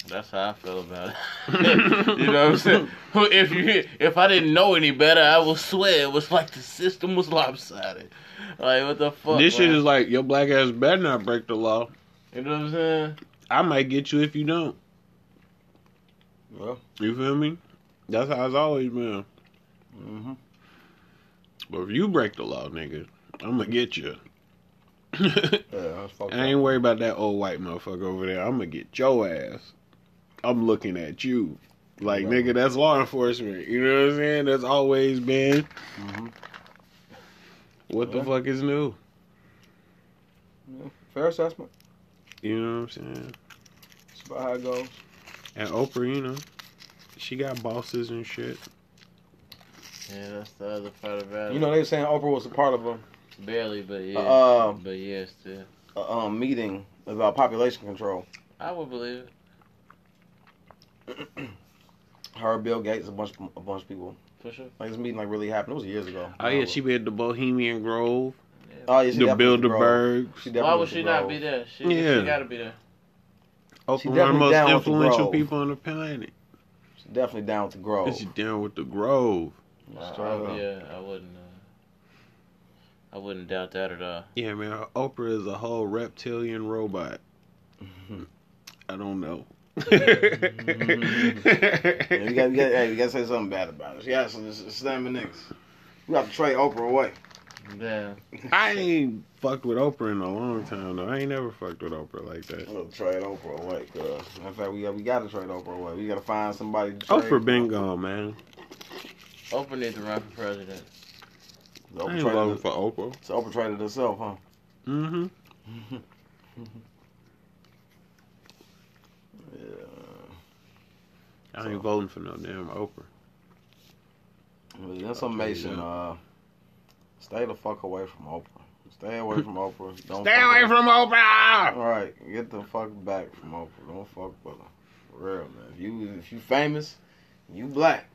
[SPEAKER 2] that's how I feel about it. you know what I'm saying? If you if I didn't know any better, I would swear it was like the system was lopsided. Like what the fuck?
[SPEAKER 9] this shit
[SPEAKER 2] man?
[SPEAKER 9] is like your black ass better not break the law.
[SPEAKER 2] You know what I'm saying?
[SPEAKER 9] I might get you if you don't.
[SPEAKER 8] Well,
[SPEAKER 9] you feel me? That's how it's always been.
[SPEAKER 8] Mm-hmm.
[SPEAKER 9] But if you break the law, nigga, I'm gonna get you.
[SPEAKER 8] Yeah, that's fucked
[SPEAKER 9] I
[SPEAKER 8] up.
[SPEAKER 9] ain't worried about that old white motherfucker over there. I'm gonna get your ass. I'm looking at you. Like, nigga, that's law enforcement. You know what I'm saying? That's always been. Mm-hmm. What the
[SPEAKER 8] Yeah.
[SPEAKER 9] fuck is new?
[SPEAKER 8] Yeah. Fair assessment.
[SPEAKER 9] You know what I'm saying?
[SPEAKER 8] That's about how it goes.
[SPEAKER 9] And Oprah, you know, she got bosses and shit.
[SPEAKER 2] Yeah, that's the other part about it.
[SPEAKER 8] You know they were saying Oprah was a part of a
[SPEAKER 2] barely, but yeah,
[SPEAKER 8] Uh,
[SPEAKER 2] but yes, yeah, still.
[SPEAKER 8] a, um, meeting about population control.
[SPEAKER 2] I would believe it.
[SPEAKER 8] Her, Bill Gates, a bunch, a bunch of people.
[SPEAKER 2] For sure.
[SPEAKER 8] Like this meeting like really happened. It was years ago.
[SPEAKER 9] Oh yeah, she be at the Bohemian Grove.
[SPEAKER 8] Oh, yeah, she
[SPEAKER 9] the
[SPEAKER 8] definitely
[SPEAKER 9] Bilderberg.
[SPEAKER 8] Grove. She
[SPEAKER 2] Why would she not be there? She,
[SPEAKER 9] Yeah.
[SPEAKER 2] she gotta be there.
[SPEAKER 8] She
[SPEAKER 9] Oprah, one of the
[SPEAKER 8] definitely down
[SPEAKER 9] most
[SPEAKER 8] with the
[SPEAKER 9] influential
[SPEAKER 8] Grove.
[SPEAKER 9] people on the planet.
[SPEAKER 8] She's definitely down with the grove.
[SPEAKER 9] Is she down with the Grove?
[SPEAKER 2] Uh,
[SPEAKER 8] Straight up.
[SPEAKER 2] yeah, I wouldn't. Uh, I wouldn't doubt that at all.
[SPEAKER 9] Yeah, man. Oprah is a whole reptilian robot. Mm-hmm. I don't know. Mm-hmm.
[SPEAKER 8] Yeah, we got, we got, hey, we got to say something bad about her. She got some slamming niggas. We have to trade Oprah away.
[SPEAKER 2] Yeah.
[SPEAKER 9] I ain't fucked with Oprah in a long time though. I ain't never fucked with Oprah like that.
[SPEAKER 8] We'll trade Oprah away, cuz. In fact, we got, we got to trade Oprah away. We got to find somebody. To trade.
[SPEAKER 9] Oprah been gone, man.
[SPEAKER 2] Open needs to run for president.
[SPEAKER 8] Oprah
[SPEAKER 9] I ain't
[SPEAKER 8] traded
[SPEAKER 9] voting
[SPEAKER 8] her-
[SPEAKER 9] for Oprah.
[SPEAKER 8] So Oprah traded herself, huh?
[SPEAKER 9] Mm-hmm.
[SPEAKER 8] Yeah.
[SPEAKER 9] I ain't voting for no damn Oprah.
[SPEAKER 8] In summation, uh, stay the fuck away from Oprah. Stay away from Oprah. Don't
[SPEAKER 9] Stay
[SPEAKER 8] fuck
[SPEAKER 9] away
[SPEAKER 8] with-
[SPEAKER 9] from Oprah.
[SPEAKER 8] All right, get the fuck back from Oprah. Don't fuck with her. For real, man. If you if you famous, you black.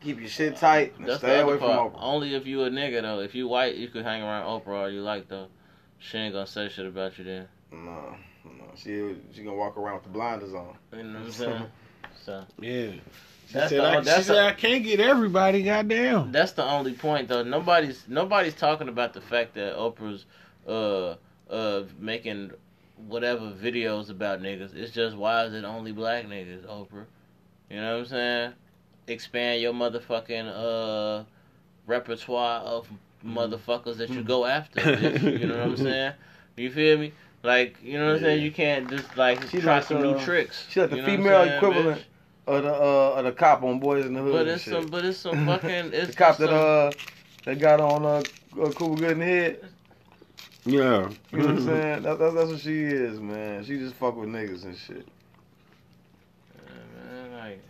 [SPEAKER 8] Keep your shit tight and
[SPEAKER 2] That's
[SPEAKER 8] stay
[SPEAKER 2] the other
[SPEAKER 8] away from
[SPEAKER 2] part.
[SPEAKER 8] Oprah.
[SPEAKER 2] Only if you a nigga though. If you white, you could hang around Oprah all you like though. She ain't gonna say shit about you then.
[SPEAKER 8] No, no. She she gonna walk around with the blinders on.
[SPEAKER 2] You know what I'm saying? So
[SPEAKER 9] Yeah. She
[SPEAKER 2] That's
[SPEAKER 9] said,
[SPEAKER 2] the-
[SPEAKER 9] I, she
[SPEAKER 2] that's
[SPEAKER 9] said
[SPEAKER 2] the-
[SPEAKER 9] I can't get everybody, goddamn.
[SPEAKER 2] that's the only point though. Nobody's nobody's talking about the fact that Oprah's uh uh making whatever videos about niggas. It's just why is it only black niggas, Oprah? You know what I'm saying? Expand your motherfucking uh repertoire of
[SPEAKER 8] Mm-hmm.
[SPEAKER 2] motherfuckers that you go after. bitch. you know what I'm saying? You feel me? Like you know what I'm saying? You can't just like
[SPEAKER 8] She
[SPEAKER 2] try
[SPEAKER 8] like
[SPEAKER 2] some
[SPEAKER 8] the-
[SPEAKER 2] new tricks.
[SPEAKER 8] She like the
[SPEAKER 2] You know what I'm
[SPEAKER 8] female
[SPEAKER 2] saying,
[SPEAKER 8] equivalent of the uh, of the cop on Boys in the Hood.
[SPEAKER 2] But
[SPEAKER 8] and
[SPEAKER 2] it's
[SPEAKER 8] shit.
[SPEAKER 2] some- but it's some fucking-
[SPEAKER 8] the
[SPEAKER 2] it's
[SPEAKER 8] cop
[SPEAKER 2] just
[SPEAKER 8] that
[SPEAKER 2] some-
[SPEAKER 8] uh that got on uh, uh Cool Good in the head.
[SPEAKER 9] Yeah. Mm-hmm.
[SPEAKER 8] You know what I'm saying? That, that, that's what she is, man. She just fuck with niggas and shit.
[SPEAKER 2] bitch? Man, like,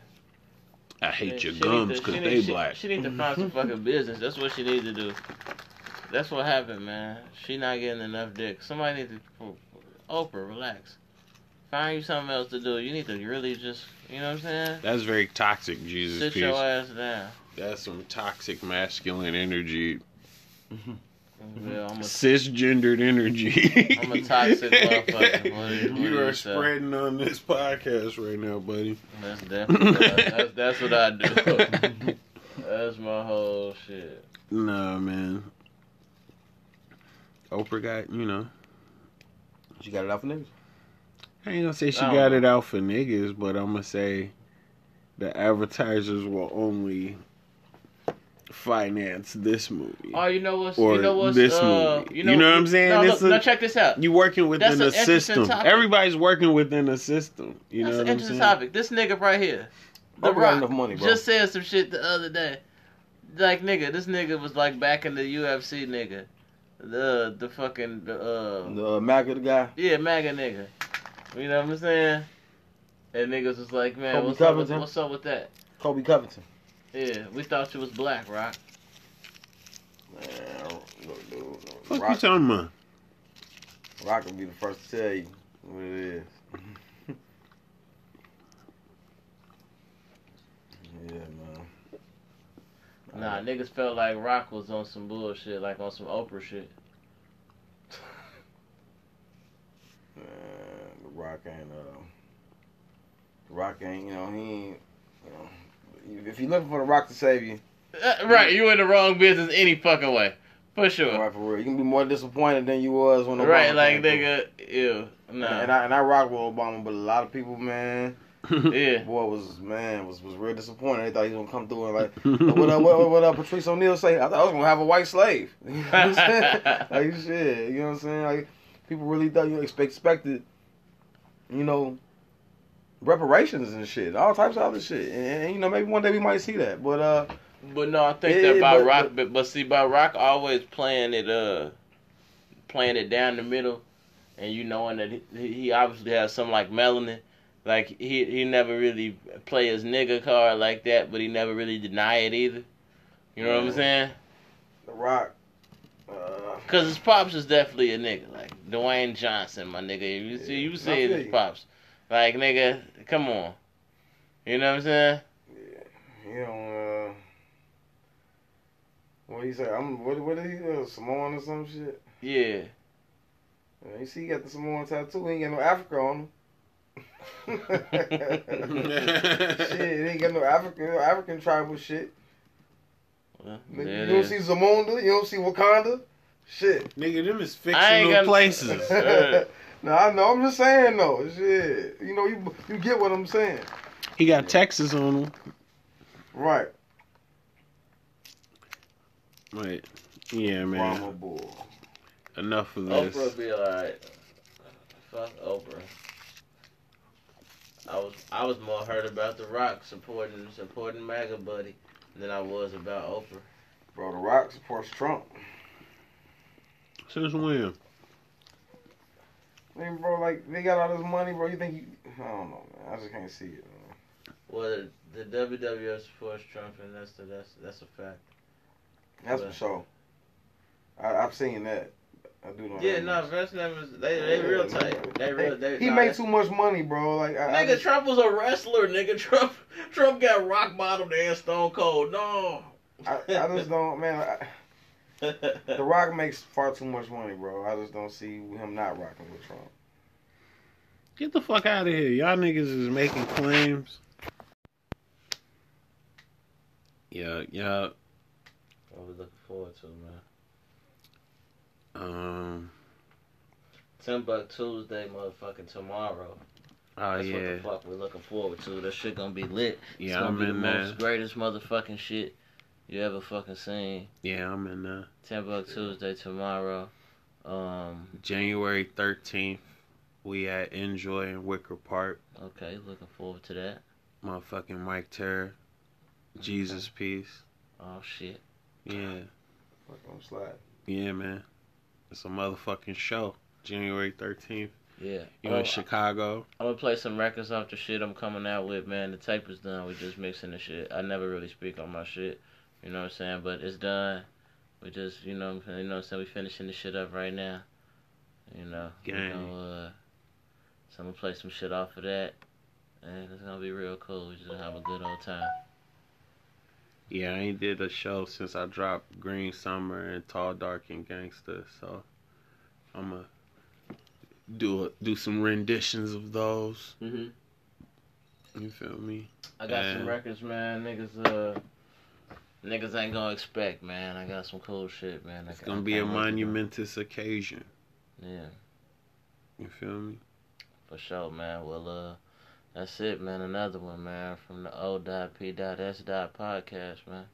[SPEAKER 9] I hate
[SPEAKER 2] She
[SPEAKER 9] your
[SPEAKER 2] need
[SPEAKER 9] gums
[SPEAKER 2] to-
[SPEAKER 9] because
[SPEAKER 2] she
[SPEAKER 9] they
[SPEAKER 2] need- she-
[SPEAKER 9] black.
[SPEAKER 2] She, need to find some fucking business. That's what she need to do. That's what happened, man. She not getting enough dick. Somebody need to. Oprah, relax. Find you something else to do. You need to really just, you know what I'm saying?
[SPEAKER 9] That's very toxic, Jesus
[SPEAKER 2] Sit
[SPEAKER 9] piece.
[SPEAKER 2] your ass down.
[SPEAKER 9] That's some toxic masculine energy. Mm-hmm.
[SPEAKER 2] Yeah, I'm a-
[SPEAKER 9] Cisgendered energy.
[SPEAKER 2] I'm a toxic motherfucker, buddy. What
[SPEAKER 9] You
[SPEAKER 2] do
[SPEAKER 9] are
[SPEAKER 2] you say?
[SPEAKER 9] spreading on this podcast right now, buddy.
[SPEAKER 2] That's definitely what I- that's, that's what I do. that's my whole shit.
[SPEAKER 9] Nah, man. Oprah got, you know.
[SPEAKER 8] She got it out for niggas.
[SPEAKER 9] I ain't gonna say she
[SPEAKER 8] I don't
[SPEAKER 9] got it out for niggas, but I'm gonna say the advertisers will only finance this movie.
[SPEAKER 2] Oh, you know what's,
[SPEAKER 9] Or
[SPEAKER 2] you know what's,
[SPEAKER 9] this
[SPEAKER 2] uh,
[SPEAKER 9] movie. You know what I'm saying?
[SPEAKER 2] No,
[SPEAKER 9] It's
[SPEAKER 2] look,
[SPEAKER 9] a-
[SPEAKER 2] no, check this out.
[SPEAKER 9] You working within
[SPEAKER 2] That's an
[SPEAKER 9] a
[SPEAKER 2] interesting
[SPEAKER 9] system.
[SPEAKER 2] topic.
[SPEAKER 9] Everybody's working within a system. You know
[SPEAKER 2] That's
[SPEAKER 9] what
[SPEAKER 2] an
[SPEAKER 9] I'm
[SPEAKER 2] interesting
[SPEAKER 9] saying?
[SPEAKER 2] topic. This nigga right here, The
[SPEAKER 9] Oprah got
[SPEAKER 2] Rock,
[SPEAKER 9] enough money, bro.
[SPEAKER 2] just said some shit the other day. Like nigga, this nigga was like back in the UFC nigga, the the fucking the uh,
[SPEAKER 8] The uh, MAGA guy.
[SPEAKER 2] yeah MAGA nigga. You know what I'm saying? And niggas was like, man,
[SPEAKER 8] Kobe
[SPEAKER 2] what's up, with,
[SPEAKER 8] Covington.
[SPEAKER 2] what's up with that?
[SPEAKER 8] Kobe Covington.
[SPEAKER 2] Yeah, we thought you was black, Rock.
[SPEAKER 8] Man, look, dude, look,
[SPEAKER 9] Fuck
[SPEAKER 8] Rock,
[SPEAKER 9] you talking about?
[SPEAKER 8] Rock will be the first to tell you what it is.
[SPEAKER 9] Mm-hmm.
[SPEAKER 8] yeah, man.
[SPEAKER 2] Nah, niggas felt like Rock was on some bullshit, like on some Oprah shit.
[SPEAKER 8] Man, the Rock ain't uh, the Rock ain't you know he ain't you know if you're looking for the Rock to save you,
[SPEAKER 2] Uh, right, you in the wrong business any fucking way, for sure.
[SPEAKER 8] right for real, you can be more disappointed than you was when Obama
[SPEAKER 2] Right, like
[SPEAKER 8] came through.
[SPEAKER 2] nigga, ew, nah.
[SPEAKER 8] And I and I rock with Obama, but a lot of people, man.
[SPEAKER 2] yeah.
[SPEAKER 8] Boy was man was was real disappointed. They thought he was gonna come through and like what up what, up, what up Patrice O'Neal say? I thought I was gonna have a white slave. You know what I'm saying? like shit. You know what I'm saying? Like people really thought you expect, expected, you know, reparations and shit, all types of other shit. And, and, you know maybe one day we might see that. But uh,
[SPEAKER 2] But no, I think
[SPEAKER 8] Yeah,
[SPEAKER 2] that
[SPEAKER 8] yeah,
[SPEAKER 2] by
[SPEAKER 8] but-
[SPEAKER 2] Rock, but, but, see, by Rock always playing it, uh, playing it down the middle, and you knowing that he, he obviously has some like melanin, like he he never really play his nigga card like that, but he never really deny it either. You know what I'm
[SPEAKER 8] Yeah.
[SPEAKER 2] saying?
[SPEAKER 8] the Rock. uh,
[SPEAKER 2] Cause his pops is definitely a nigga, like Dwayne Johnson, my nigga. You see, you see
[SPEAKER 8] feel
[SPEAKER 2] his
[SPEAKER 8] you.
[SPEAKER 2] pops, like nigga, come on. You know what I'm saying?
[SPEAKER 8] You know, uh, what he say? I'm what? What is he? Uh, Samoan or some shit?
[SPEAKER 2] Yeah.
[SPEAKER 8] Yeah, you see, he got the Samoan tattoo. He ain't got no Africa on him. shit, it ain't got no African no African tribal shit.
[SPEAKER 2] Well,
[SPEAKER 8] Nigga,
[SPEAKER 2] there
[SPEAKER 8] you
[SPEAKER 2] it
[SPEAKER 8] don't
[SPEAKER 2] is.
[SPEAKER 8] see Zamunda. You don't see Wakanda. Shit,
[SPEAKER 9] nigga, them is
[SPEAKER 2] I ain't
[SPEAKER 9] fictional
[SPEAKER 2] got-
[SPEAKER 9] places.
[SPEAKER 8] no, I know. I'm just saying though. Shit, you know, you you get what I'm saying,
[SPEAKER 9] he got Texas on him.
[SPEAKER 8] right?
[SPEAKER 9] Wait, yeah, man.
[SPEAKER 8] Mama boy.
[SPEAKER 9] Enough of this.
[SPEAKER 2] Oprah be alright. Fuck Oprah. I was I was more hurt about The Rock supporting supporting MAGA buddy than I was about Oprah.
[SPEAKER 8] Bro, The Rock supports Trump.
[SPEAKER 9] Since when?
[SPEAKER 8] I mean, bro, like they got all this money, bro. You think you? I don't know, man. I just can't see it. Man.
[SPEAKER 2] Well, the, the WWF supports Trump, and that's the, that's that's a fact.
[SPEAKER 8] That's
[SPEAKER 2] But-
[SPEAKER 8] for sure. I, I've seen that. I do know.
[SPEAKER 2] Yeah,
[SPEAKER 8] that.
[SPEAKER 2] no, wrestling was they they real tight. They real. They,
[SPEAKER 8] he
[SPEAKER 2] nah,
[SPEAKER 8] made
[SPEAKER 2] that's-
[SPEAKER 8] too much money, bro. Like, I, I
[SPEAKER 2] Nigga,
[SPEAKER 8] just,
[SPEAKER 2] Trump was a wrestler. Nigga, Trump Trump got rock bottomed and Stone Cold. No.
[SPEAKER 8] I, I just don't, man. I, the Rock makes far too much money, bro. I just don't see him not rocking with Trump.
[SPEAKER 9] Get the fuck out of here. Y'all niggas is making claims. Yeah, yeah.
[SPEAKER 2] I was looking forward to it, man.
[SPEAKER 9] Um,
[SPEAKER 2] Timbuktu's Day motherfucking tomorrow.
[SPEAKER 7] Oh
[SPEAKER 2] That's
[SPEAKER 7] yeah.
[SPEAKER 2] what the fuck we're looking forward to. That shit gonna be lit. it's
[SPEAKER 7] Yeah,
[SPEAKER 2] gonna
[SPEAKER 7] I'm
[SPEAKER 2] be
[SPEAKER 7] in
[SPEAKER 2] the
[SPEAKER 7] there.
[SPEAKER 2] most greatest motherfucking shit you ever fucking seen.
[SPEAKER 7] Yeah, I'm in uh, there.
[SPEAKER 2] Timbuktu's Day tomorrow. Um,
[SPEAKER 7] January thirteenth, we at Enjoy in Wicker Park.
[SPEAKER 2] Okay, looking forward to that.
[SPEAKER 7] Motherfucking Mike Terror, Jesus Peace.
[SPEAKER 2] Oh shit.
[SPEAKER 7] Yeah,
[SPEAKER 8] I'm slide.
[SPEAKER 7] yeah, man. It's a motherfucking show. January thirteenth.
[SPEAKER 2] Yeah.
[SPEAKER 7] You
[SPEAKER 2] Oh,
[SPEAKER 7] in Chicago?
[SPEAKER 2] I'm gonna play some records off the shit I'm coming out with, man. The tape is done. We're just mixing the shit. I never really speak on my shit. You know what I'm saying? But it's done. We just, you know, you know what I'm saying. We finishing the shit up right now. You know. we
[SPEAKER 7] Gang.
[SPEAKER 2] gonna, uh, so I'm gonna play some shit off of that, and it's gonna be real cool. We just gonna have a good old time.
[SPEAKER 7] Yeah, I ain't did a show since I dropped Green Summer and Tall, Dark, and Gangsta. So I'ma do a, do some renditions of those.
[SPEAKER 2] Mhm.
[SPEAKER 7] You feel me?
[SPEAKER 2] I got
[SPEAKER 7] And-
[SPEAKER 2] some records, man. Niggas, uh, niggas ain't gonna expect, man. I got some cool shit, man.
[SPEAKER 7] It's gonna be a monumentous occasion.
[SPEAKER 2] Yeah.
[SPEAKER 7] You feel me?
[SPEAKER 2] For sure, man. Well, uh, that's it, man. Another one, man, from the old dot p dot s dot podcast, man.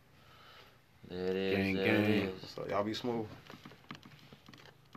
[SPEAKER 2] There it is.
[SPEAKER 8] Gang,
[SPEAKER 2] there
[SPEAKER 8] gang.
[SPEAKER 2] it is.
[SPEAKER 8] So y'all be smooth.